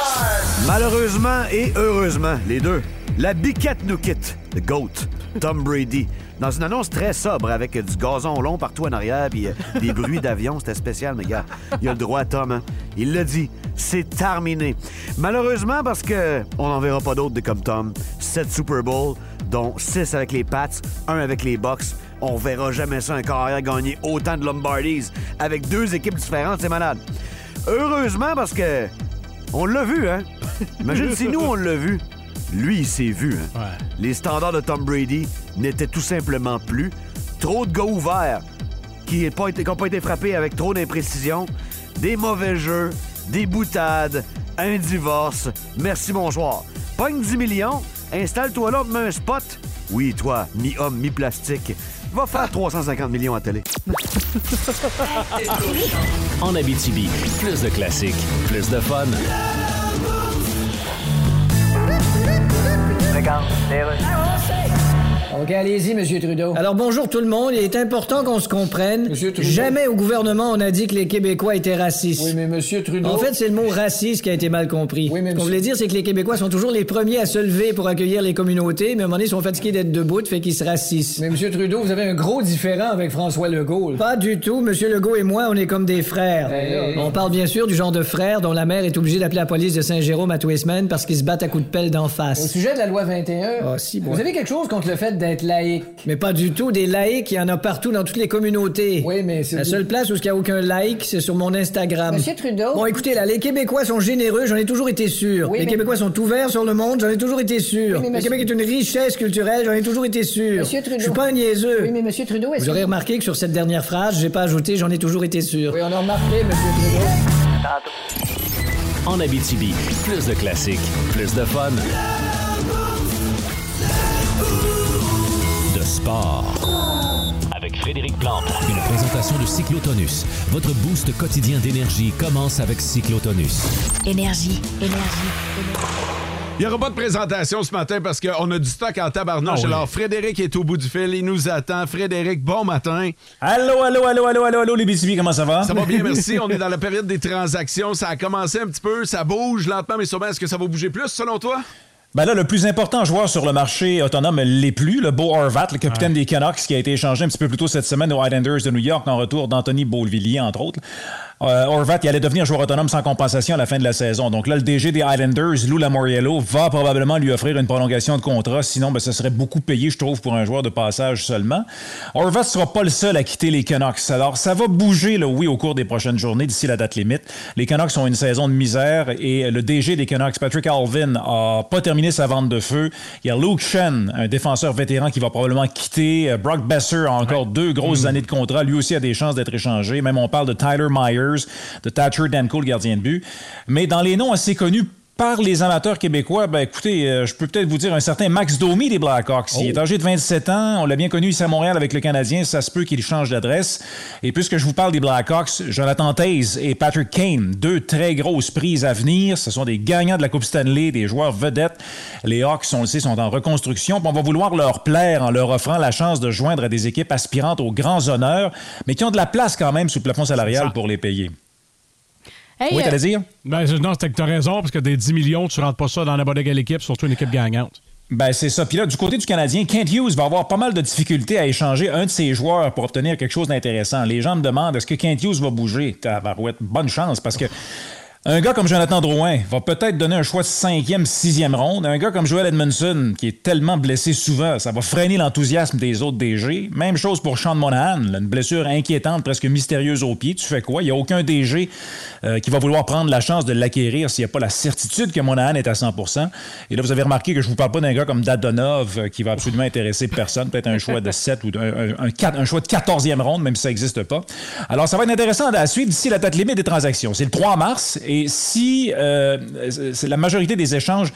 A: It's
P: Malheureusement et heureusement, les deux, la biquette nous quitte, le GOAT. Tom Brady. Dans une annonce très sobre avec du gazon long partout en arrière puis euh, des bruits d'avion, c'était spécial, mais gars, il a le droit, Tom. hein. Il l'a dit, c'est terminé. Malheureusement, parce que on n'en verra pas d'autres des comme Tom. Sept Super Bowl, dont six avec les Pats, un avec les Bucks. On verra jamais ça un carrière gagner autant de Lombardies avec deux équipes différentes, c'est malade. Heureusement, parce que on l'a vu, hein? Imagine si nous, on l'a vu. Lui, il s'est vu. hein. Les standards de Tom Brady n'étaient tout simplement plus. Trop de gars ouverts qui n'ont pas, été- qui ont pas été frappés avec trop d'imprécision. Des mauvais jeux, des boutades, un divorce. Merci, bonsoir. Pogne 10 millions, installe-toi là, mets un spot. Oui, toi, mi-homme, mi-plastique, va faire 350 millions à télé.
B: En Abitibi, plus de classiques, plus de fun.
J: OK, allez-y, Monsieur Trudeau. Alors bonjour tout le monde. Il est important qu'on se comprenne. Jamais au gouvernement on a dit que les Québécois étaient racistes. Oui, mais Monsieur Trudeau. En fait, c'est le mot raciste qui a été mal compris. Ce qu'on voulait dire, c'est que les Québécois sont toujours les premiers à se lever pour accueillir les communautés, mais à un moment donné, ils sont fatigués d'être debout, fait qu'ils se racissent. Mais Monsieur Trudeau, vous avez un gros différent avec François Legault. Eh, Pas du tout. Monsieur Legault et moi, on est comme des frères.
Q: Ben là.
J: on parle bien sûr du genre de frères dont la mère est obligée d'appeler la police de Saint-Jérôme à tous les semaines parce qu'ils se battent à coups de pelle d'en face.
Q: Au sujet de la loi 21,
J: Ah, si, bon.
Q: vous avez quelque chose contre le fait d'être laïque?
J: Mais pas du tout. Des laïcs, il y en a partout dans toutes les communautés. Oui, mais c'est. La seule place où il n'y a aucun laïc, c'est sur mon Instagram.
Q: Monsieur Trudeau?
J: Hum. Bon, écoutez, là, les Québécois sont généreux, j'en ai toujours été sûr.
Q: Oui,
J: les
Q: mais-
J: Québécois sont ouverts sur le monde, j'en ai toujours été sûr.
Q: Oui, mais
J: Le
Q: monsieur-
J: Québec est une richesse culturelle, j'en ai toujours été sûr.
Q: Monsieur Trudeau.
J: Je suis pas un niaiseux.
Q: Oui, mais Monsieur Trudeau, est-ce
J: Vous aurez
Q: que-
J: remarqué que sur cette dernière phrase, j'ai pas ajouté j'en ai toujours été sûr.
Q: Oui, on a remarqué, Monsieur Trudeau.
B: En Abitibi, plus de classiques, plus de fun.
G: De sport.
B: Avec Frédéric Plante.
G: Une présentation de Cyclotonus. Votre boost quotidien d'énergie commence avec Cyclotonus.
L: Énergie, énergie.
C: Il n'y aura pas de présentation ce matin parce qu'on a du stock en tabarnouche.
G: Ah oui.
C: Alors, Frédéric est au bout du fil. Il nous attend. Frédéric, bon matin.
R: Allô, allô, allô, allô, allô, allô, les BCB, comment ça va?
C: Ça va bien, merci. On est dans la période des transactions. Ça a commencé un petit peu. Ça bouge lentement, mais sûrement. Est-ce que ça va bouger plus, selon toi?
R: Ben là, le plus important joueur sur le marché autonome l'est plus, le Beau Horvat, le capitaine des Canucks, qui a été échangé un petit peu plus tôt cette semaine aux Highlanders de New York en retour d'Anthony Beauvillier, entre autres. Euh, Horvat, il allait devenir joueur autonome sans compensation à la fin de la saison. Donc là, le DG des Highlanders, Lou Lamoriello, va probablement lui offrir une prolongation de contrat. Sinon, ben, ce serait beaucoup payé, je trouve, pour un joueur de passage seulement. Horvat sera pas le seul à quitter les Canucks. Alors, ça va bouger, là, oui, au cours des prochaines journées, d'ici la date limite. Les Canucks ont une saison de misère et le DG des Canucks, Patrick Alvin, a pas terminé sa vente de feu. Il y a Luke Shen, un défenseur vétéran qui va probablement quitter. Euh, Brock Besser a encore deux grosses années de contrat. Lui aussi a des chances d'être échangé. Même on parle de Tyler Myers, de Thatcher Danko, le gardien de but. Mais dans les noms assez connus, par les amateurs québécois, ben écoutez, euh, je peux peut-être vous dire un certain Max Domi des Blackhawks. Il est âgé de 27 ans, on l'a bien connu ici à Montréal avec le Canadien, ça se peut qu'il change d'adresse. Et puisque je vous parle des Blackhawks, Jonathan Taze et Patrick Kane, deux très grosses prises à venir. Ce sont des gagnants de la Coupe Stanley, des joueurs vedettes. Les Hawks, on le sait, sont en reconstruction. puis On va vouloir leur plaire en leur offrant la chance de joindre à des équipes aspirantes aux grands honneurs, mais qui ont de la place quand même sous le plafond salarial pour les payer.
D: Hey,
R: Oui,
D: euh,
R: t'allais dire?
E: Ben, je- non, c'était que t'as raison, parce que des 10 millions, tu rentres pas ça dans la bodega à l'équipe, surtout une équipe gagnante.
R: Ben, c'est ça. Puis là, du côté du Canadien, Kent Hughes va avoir pas mal de difficultés à échanger un de ses joueurs pour obtenir quelque chose d'intéressant. Les gens me demandent est-ce que Kent Hughes va bouger Tabarouette, bonne chance parce que. Un gars comme Jonathan Drouin va peut-être donner un choix de cinquième, sixième ronde. Un gars comme Joel Edmondson, qui est tellement blessé souvent, ça va freiner l'enthousiasme des autres DG. Même chose pour Sean Monahan, là, une blessure inquiétante, presque mystérieuse au pied. Tu fais quoi? Il n'y a aucun DG euh, qui va vouloir prendre la chance de l'acquérir s'il n'y a pas la certitude que Monahan est à 100 Et là, vous avez remarqué que je ne vous parle pas d'un gars comme Dadonov euh, qui va absolument intéresser personne. Peut-être un choix de 7 ou d'un- un, un quat- un choix de 14e ronde, même si ça n'existe pas. Alors, ça va être intéressant à suivre d'ici la date limite des transactions. C'est le 3 mars. Et si euh, c'est- la majorité des échanges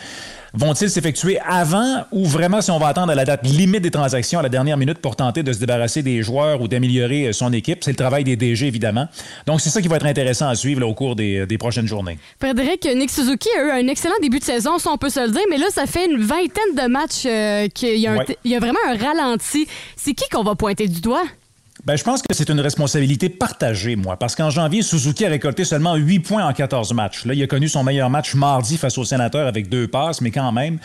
R: vont-ils s'effectuer avant ou vraiment si on va attendre à la date limite des transactions à la dernière minute pour tenter de se débarrasser des joueurs ou d'améliorer euh, son équipe? C'est le travail des DG, évidemment. Donc, c'est ça qui va être intéressant à suivre là, au cours des, des prochaines journées.
D: Frédéric, Nick Suzuki a eu un excellent début de saison, ça on peut se le dire, mais là, ça fait une vingtaine de matchs euh, qu'il y, a un-
R: Ouais.
D: il y a vraiment un ralenti. C'est qui qu'on va pointer du doigt?
R: Ben, je pense que c'est une responsabilité partagée, moi, parce qu'en janvier, Suzuki a récolté seulement 8 points en 14 matchs. Là, il a connu son meilleur match mardi face aux sénateurs avec deux passes, mais quand même,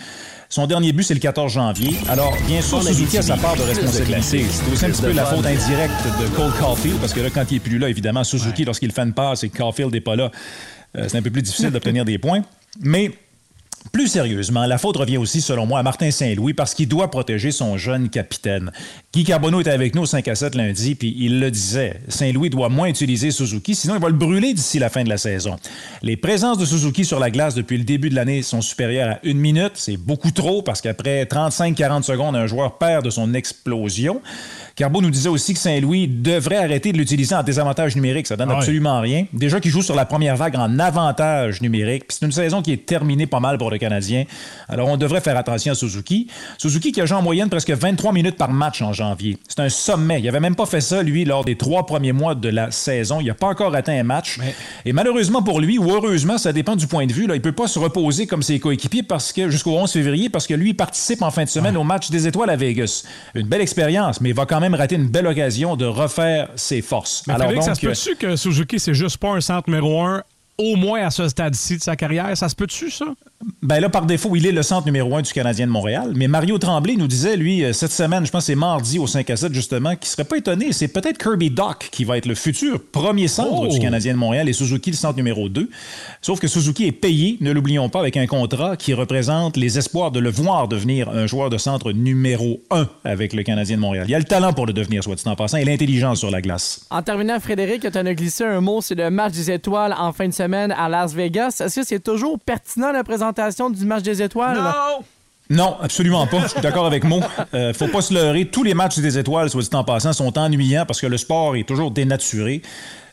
R: son dernier but, c'est le 14 janvier. Alors, bien sûr,
G: En
R: Suzuki a sa
G: Abitibi,
R: part de
G: plus de
R: responsabilité.
G: qualité,
R: C'est aussi un
G: plus
R: petit
G: de
R: peu la
G: fun.
R: faute indirecte de Cole Caulfield, parce que là, quand il est plus là, évidemment, Suzuki, lorsqu'il fait une passe et que Caulfield n'est pas là, euh, c'est un peu plus difficile d'obtenir des points. Mais plus sérieusement, la faute revient aussi, selon moi, à Martin Saint-Louis parce qu'il doit protéger son jeune capitaine. Guy Carbonneau était avec nous au 5 à 7 lundi, puis il le disait. Saint-Louis doit moins utiliser Suzuki, sinon il va le brûler d'ici la fin de la saison. Les présences de Suzuki sur la glace depuis le début de l'année sont supérieures à une minute. C'est beaucoup trop parce qu'après 35-40 secondes, un joueur perd de son explosion. Carbo nous disait aussi que Saint-Louis devrait arrêter de l'utiliser en désavantage numérique. Ça donne
E: Ah oui.
R: absolument absolument rien. Déjà qu'il joue sur la première vague en avantage numérique. Puis c'est une saison qui est terminée pas mal pour le Canadien. Alors on devrait faire attention à Suzuki. Suzuki qui a joué en moyenne presque 23 minutes par match en janvier. C'est un sommet. Il n'avait même pas fait ça, lui, lors des trois premiers mois de la saison. Il n'a pas encore atteint un match. Et malheureusement pour lui, ou heureusement, ça dépend du point de vue. Là, il ne peut pas se reposer comme ses coéquipiers parce que jusqu'au 11 février, parce que lui, il participe en fin de semaine au match des étoiles à Vegas. Une belle expérience, mais il va quand même rater une belle occasion de refaire ses forces.
E: Mais Félix, ça se
R: euh,
E: peut-tu que Suzuki, c'est juste pas un centre numéro un, au moins à ce stade-ci de sa carrière? Ça se peut-tu, ça?
R: Ben là, par défaut, il est le centre numéro un du Canadien de Montréal. Mais Mario Tremblay nous disait, lui, euh, cette semaine, je pense que c'est mardi au 5 à 7, justement, qu'il serait pas étonné. C'est peut-être Kirby Doc qui va être le futur premier centre
E: Oh!
R: du Canadien de Montréal et Suzuki, le centre numéro 2. Sauf que Suzuki est payé, ne l'oublions pas, avec un contrat qui représente les espoirs de le voir devenir un joueur de centre numéro 1 avec le Canadien de Montréal. Il a le talent pour le devenir, soit dit en passant, et l'intelligence sur la glace.
F: En terminant, Frédéric, tu en as glissé un mot, c'est le match des étoiles en fin de semaine à Las Vegas. Est-ce que c'est toujours pertinent la présentation du match des étoiles? Non!
R: Non, absolument pas. Je suis d'accord avec Mo. Euh, faut pas se leurrer. Tous les matchs des étoiles, soit dit en passant, sont ennuyants parce que le sport est toujours dénaturé.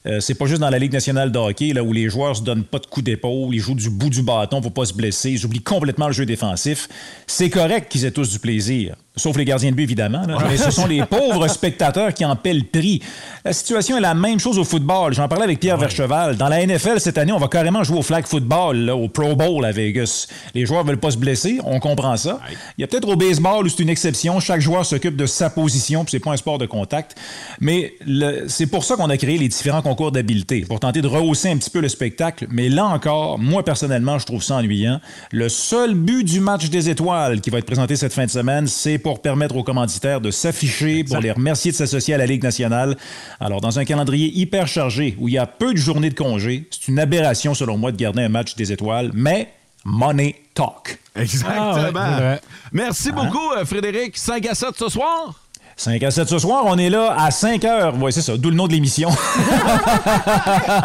R: Euh, c'est pas juste dans la Ligue nationale de hockey là, où les joueurs se donnent pas de coups d'épaule, ils jouent du bout du bâton pour pas se blesser, ils oublient complètement le jeu défensif. C'est correct qu'ils aient tous du plaisir, sauf les gardiens de but évidemment. là. Mais ce sont les pauvres spectateurs qui en paient le prix. La situation est la même chose au football. J'en parlais avec Pierre Vercheval. Dans la NFL cette année, on va carrément jouer au flag football, là, au Pro Bowl à Vegas. Les joueurs veulent pas se blesser, on comprend ça. Il y a peut-être au baseball où c'est une exception. Chaque joueur s'occupe de sa position, puis c'est pas un sport de contact. Mais le- c'est pour ça qu'on a créé les différents concours d'habileté, pour tenter de rehausser un petit peu le spectacle. Mais là encore, moi personnellement, je trouve ça ennuyant. Le seul but du match des étoiles qui va être présenté cette fin de semaine, c'est pour permettre aux commanditaires de s'afficher, pour les remercier de s'associer à la Ligue nationale. Alors, dans un calendrier hyper chargé où il y a peu de journées de congé, c'est une aberration, selon moi, de garder un match des étoiles. Mais money talk.
C: Exactement.
R: Hein?
C: Merci beaucoup, euh, Frédéric. 5 à 7 ce soir.
R: 5 à 7 ce soir, on est là à 5 heures. Ouais, c'est ça, d'où le nom de l'émission.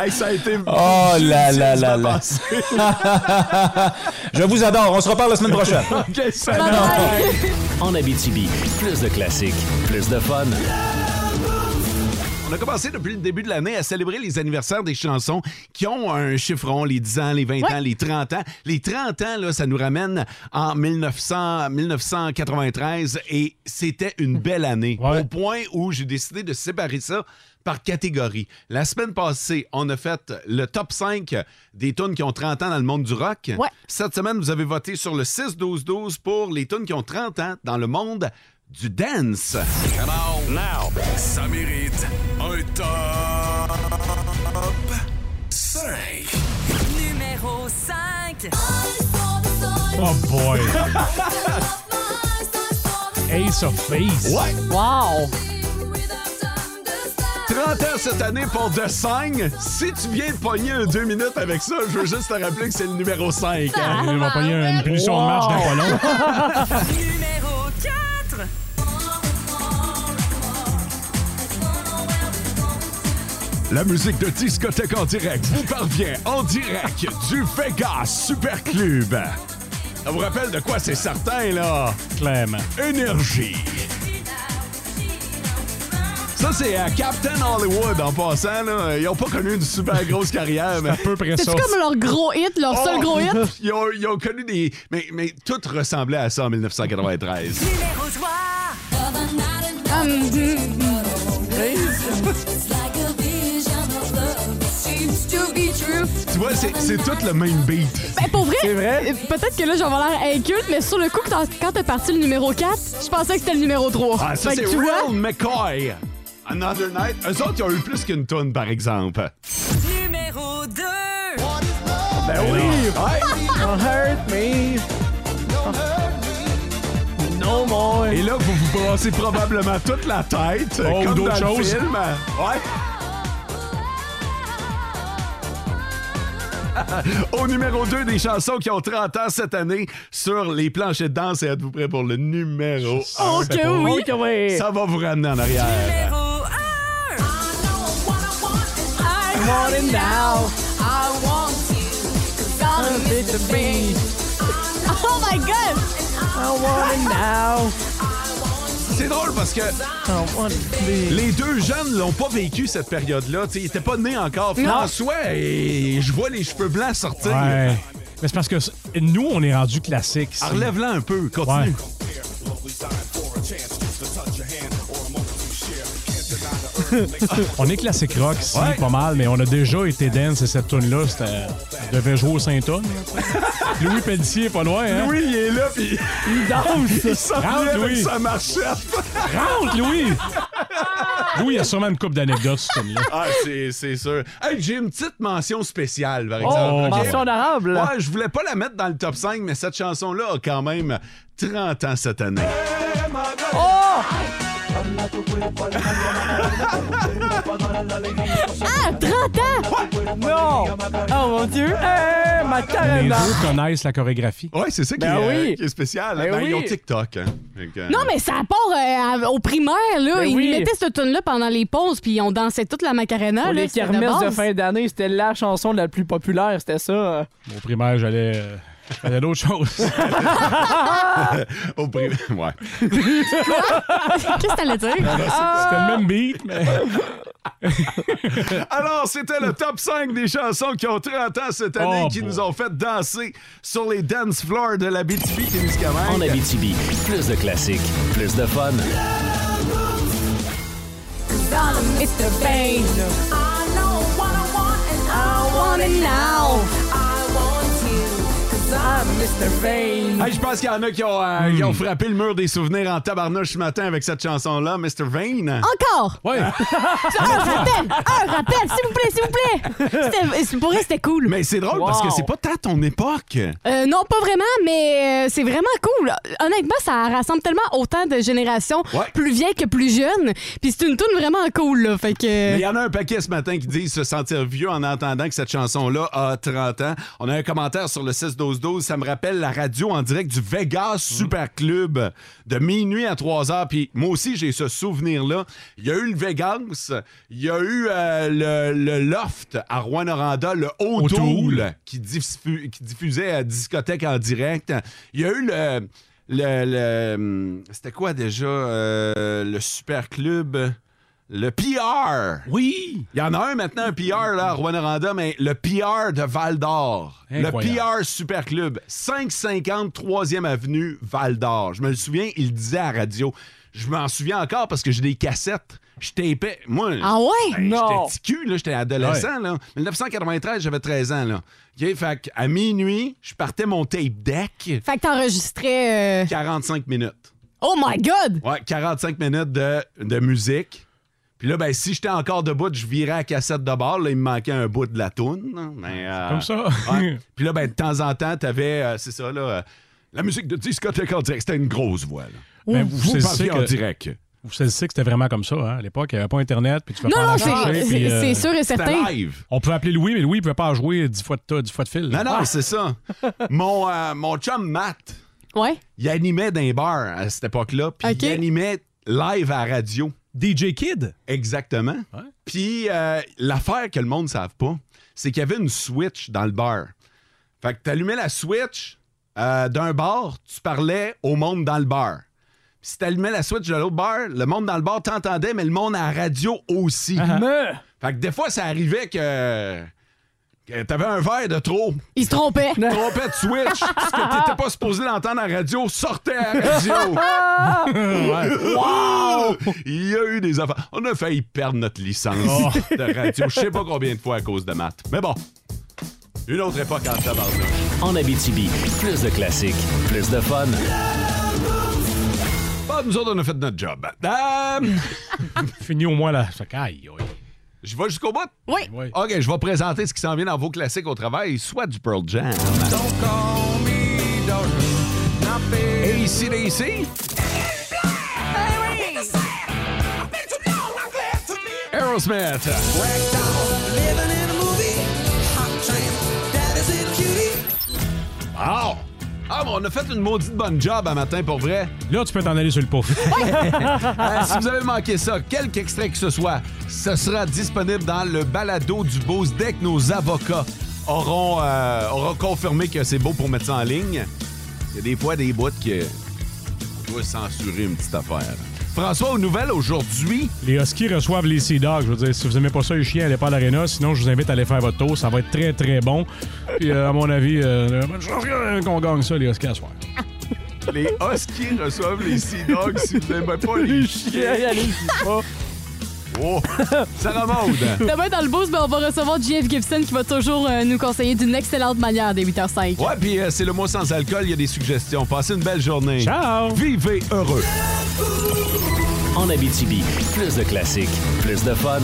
C: Hey, ça a été.
R: Oh là là là là. Je vous adore. On se reparle la semaine prochaine.
B: Ah, En Abitibi, plus de classiques, plus de fun.
C: On a commencé depuis le début de l'année à célébrer les anniversaires des chansons qui ont un chiffron, les 10 ans, les 20 ans, les 30 ans. Les 30 ans, là, ça nous ramène en 1900, 1993 et c'était une belle année. Au point où j'ai décidé de séparer ça par catégorie. La semaine passée, on a fait le top 5 des tunes qui ont 30 ans dans le monde du rock. Cette semaine, vous avez voté sur le 6-12-12 pour les tunes qui ont 30 ans dans le monde du dance.
S: Come on. Now. Ça mérite un top 5.
T: Numéro 5.
E: Oh boy! Ace of Face.
C: Ouais.
F: Wow!
C: 30 ans cette année pour The Sign. Si tu viens de pogner un 2 minutes avec ça, je veux juste te rappeler que c'est le numéro hein. 5.
E: Ah, il va pogner une punition de marche dans pas long.
T: Numéro 4.
S: La musique de discothèque en direct vous parvient en direct du Vegas Super Club.
C: Ça vous rappelle de quoi c'est certain, là?
E: Clairement.
S: Énergie.
C: Ça, c'est euh, Captain Hollywood en passant. Là. Ils n'ont pas connu une super grosse carrière. mais... à peu
E: près
D: C'est comme leur gros hit, leur seul gros hit.
C: Ils ont, ils ont connu des. Mais, mais tout ressemblait à ça en 1993.
T: Numéro 3.
C: tu vois, c'est c'est tout le même beat.
D: Ben, pour vrai, euh, peut-être que là, je vais avoir l'air inculte, mais sur le coup, quand quand t'es parti le numéro 4, je pensais que c'était le numéro 3.
C: Ah, ça,
D: Fait
C: c'est
D: que tu vois,
C: Real McCoy Another Night. Eux autres, ils ont eu plus qu'une tonne, par exemple.
T: Numéro 2.
C: Ben oui,
E: Ben
F: Don't hurt me. No more.
C: Et là, vous vous brassez probablement toute la tête,
E: Oh, ou
C: comme
E: d'autres
C: dans le
E: choses.
C: film. Ouais. Au numéro 2 des chansons qui ont 30 ans cette année sur les planchettes de danse, et êtes-vous prêts pour le numéro 1?
A: Oh, que oui. Oh, que oui.
C: Ça va vous ramener en arrière.
T: Numéro 1.
A: I want it now. I want you. I'm fit to be. Oh my God. I want it now.
C: C'est drôle parce que les deux jeunes l'ont pas vécu cette période-là. Tu sais, Ils n'étaient pas nés encore.
E: Non.
C: François, et je vois les cheveux blancs sortir.
E: Ouais. Mais c'est parce que c- nous, on est rendu classique.
C: Ah, Relève-la un peu, continue.
E: on est classique rock, si, pas mal, mais on a déjà été dance et cette tune-là, c'était. On devait jouer au Saint-Anne. là, tu sais. Louis Pelletier est pas loin, hein?
C: Louis, il est là, puis
E: il
C: danse. Il s'en vient
E: Rentre,
C: avec
E: Ah, Louis!
C: sa marchette.
E: Rentre, Louis! Louis, il y a sûrement une coupe d'anecdotes sur ce film-là.
C: Ah, c'est c'est sûr. Hey, j'ai une petite mention spéciale, par
E: Oh,
C: exemple. OK?
E: mention
F: honorable.
C: Ouais, je voulais pas la mettre dans le top 5, mais cette chanson-là a quand même 30 ans cette année.
A: Oh! ah, 30 ans! Non! Oh mon Dieu! Eh, ma
E: Les
A: carena!
E: deux connaissent la chorégraphie.
C: Ouais, c'est ça qui,
E: Ben
C: est,
E: oui.
C: euh, qui est spécial.
E: Ben
C: Ben, Ils ont
E: oui.
C: TikTok. hein. Fait que,
D: Non, mais ça part euh, à- au primaire, là.
F: Ben
D: ils
F: oui.
D: mettaient cette tune-là pendant les pauses, puis on dansait toute la macarena.
F: Pour
D: là,
F: les
D: c'était de
F: kermesses de
D: base.
F: fin d'année, c'était la chanson la plus populaire, c'était ça.
E: Au primaire, j'allais. euh, j'allais d'autres choses.
C: euh, Au primaire, ouais.
D: Qu'est-ce que t'allais dire? Ah!
E: C'était le même beat, mais.
C: Alors, c'était le top 5 des chansons qui ont 30 ans cette année
E: Oh,
C: qui nous ont fait danser sur les dance floors de la BTB-Témiscamingue.
B: En Abitibi, plus de classiques, plus de fun.
A: It's the pain. I know what I want and I want it now. I want you, cause I'm Mr. Vain.
C: Hey, je pense qu'il y en a qui ont, euh,
E: Hmm.
C: qui ont frappé le mur des souvenirs en tabarnouche ce matin avec cette chanson-là, Mr.
D: Ah,
C: Vane.
D: Encore!
C: Ouais.
D: un rappel! Un rappel, s'il vous plaît, s'il vous plaît! C'était- c'est- Pour eux, c'était cool.
C: Mais c'est drôle parce que c'est pas tant ton époque.
D: Euh, non, pas vraiment, mais euh, c'est vraiment cool. Honnêtement, ça rassemble tellement autant de générations plus vieilles que plus jeunes. Puis c'est une tune vraiment cool, là. Fait que.
C: Mais il y en a un paquet ce matin qui disent se sentir vieux en entendant que cette chanson-là a 30 ans. On a un commentaire sur le 6-12-12. Ça me rappelle la radio en direct du Vegas Super Club de minuit à 3 heures. Puis moi aussi, j'ai ce souvenir-là. Il y a eu le Vegas, il y a eu euh, le, le Loft à Rouen-Noranda, le O'Toole qui, diffu- qui diffusait à discothèque en direct. Il y a eu le. le- le, hum, C'était quoi déjà euh, le Super Club? Le PR.
E: Oui.
C: Il y en a un maintenant, un PR, là, à Rwanda, mais le PR de Val d'Or. Le
E: Incroyable.
C: PR Super Club. 550 3e Avenue, Val d'Or. Je me le souviens, il le disait à la radio. Je m'en souviens encore parce que j'ai des cassettes. Je tapais. Moi,
D: Ah ouais?
C: ben,
D: Non.
C: J'étais petit cul, là, j'étais adolescent. Là. 1993, j'avais 13 ans. Là. OK, fait que à minuit, je partais mon tape deck.
D: Fait que t'enregistrais. euh,
C: 45 minutes.
D: Oh my God!
C: Ouais, 45 minutes de, de musique. Puis là, ben, si j'étais encore debout, je virais à cassette de bord. Là, il me manquait un bout de la toune. hein, mais, euh,
E: comme ça.
C: ouais. Puis là, ben, de temps en temps, t'avais, euh, c'est ça, là, euh, la musique de discothèque en direct. C'était une grosse voix, là.
E: Mais
C: vous,
E: savez
C: parliez en
E: que-
C: direct.
E: Vous savez que c'était vraiment comme ça, hein? À l'époque, il n'y avait pas Internet, puis tu vas
D: Non,
E: pas
D: non,
E: la
D: c'est-
E: chercher,
D: c'est-
E: puis, euh,
D: c'est sûr et C'était certain.
C: live.
E: On peut appeler Louis, mais Louis, il ne pouvait pas en jouer 10 fois de tas, 10 fois de fil.
C: Non,
D: Ah.
C: non, c'est ça. Mon, euh, mon chum Matt,
D: Ouais.
C: il animait d'un bar à cette époque-là, puis il animait live à la radio.
E: DJ Kid?
C: Exactement. Puis euh, l'affaire que le monde ne savent pas, c'est qu'il y avait une switch dans le bar. Fait que t'allumais la switch euh, d'un bar, tu parlais au monde dans le bar. Puis si t'allumais la switch de l'autre bar, le monde dans le bar t'entendait, mais le monde à la radio aussi. Fait que des fois, ça arrivait que... que Euh, T'avais un verre de trop.
D: Il se trompait.
C: Il se trompait de switch. Ce que t'étais pas supposé l'entendre à la radio sortait à la radio. Ouais.
A: Wow!
C: Il y a eu des affaires. On a failli perdre notre licence
A: Oh.
C: de radio. Je sais pas combien de fois à cause de maths. Mais bon, une autre époque en tabarnak.
B: En Abitibi, plus de classiques, plus de fun.
C: Ah, nous autres, on a fait notre job.
E: Fini au moins là. Fait qu'aïe, aïe.
C: Je vais jusqu'au bout?
D: Oui.
C: OK, je vais présenter ce qui s'en vient dans vos classiques au travail, soit du Pearl Jam. Et ici, ici. Aerosmith. Wow! Ah, mais on a fait une maudite bonne job un matin, pour vrai.
E: Là, tu peux t'en aller sur le pouf.
C: Euh, si vous avez manqué ça, quelque extrait que ce soit, ce sera disponible dans le balado du Beauce dès que nos avocats auront, euh, auront confirmé que c'est beau pour mettre ça en ligne. Il y a des fois des bouts que on doit censurer une petite affaire. François, aux nouvelles aujourd'hui.
E: Les Huskies reçoivent les Sea Dogs. Je veux dire, si vous aimez pas ça, les chiens, allez pas à l'aréna. Sinon, je vous invite à aller faire votre tour. Ça va être très, très bon. Puis, euh, à mon avis, euh, bonne chance qu'on gagne ça, les Huskies, à soir.
C: Les Huskies reçoivent les Sea Dogs si vous n'aimez pas les chiens. Oh! Sarah Maud!
D: Demain, dans le boost, ben, on va recevoir JF Gibson qui va toujours euh, nous conseiller d'une excellente manière dès 8h05.
C: Ouais, puis euh, c'est le mot sans alcool, il y a des suggestions. Passez une belle journée.
E: Ciao!
C: Vivez heureux!
B: En Abitibi, plus de classiques, plus de fun.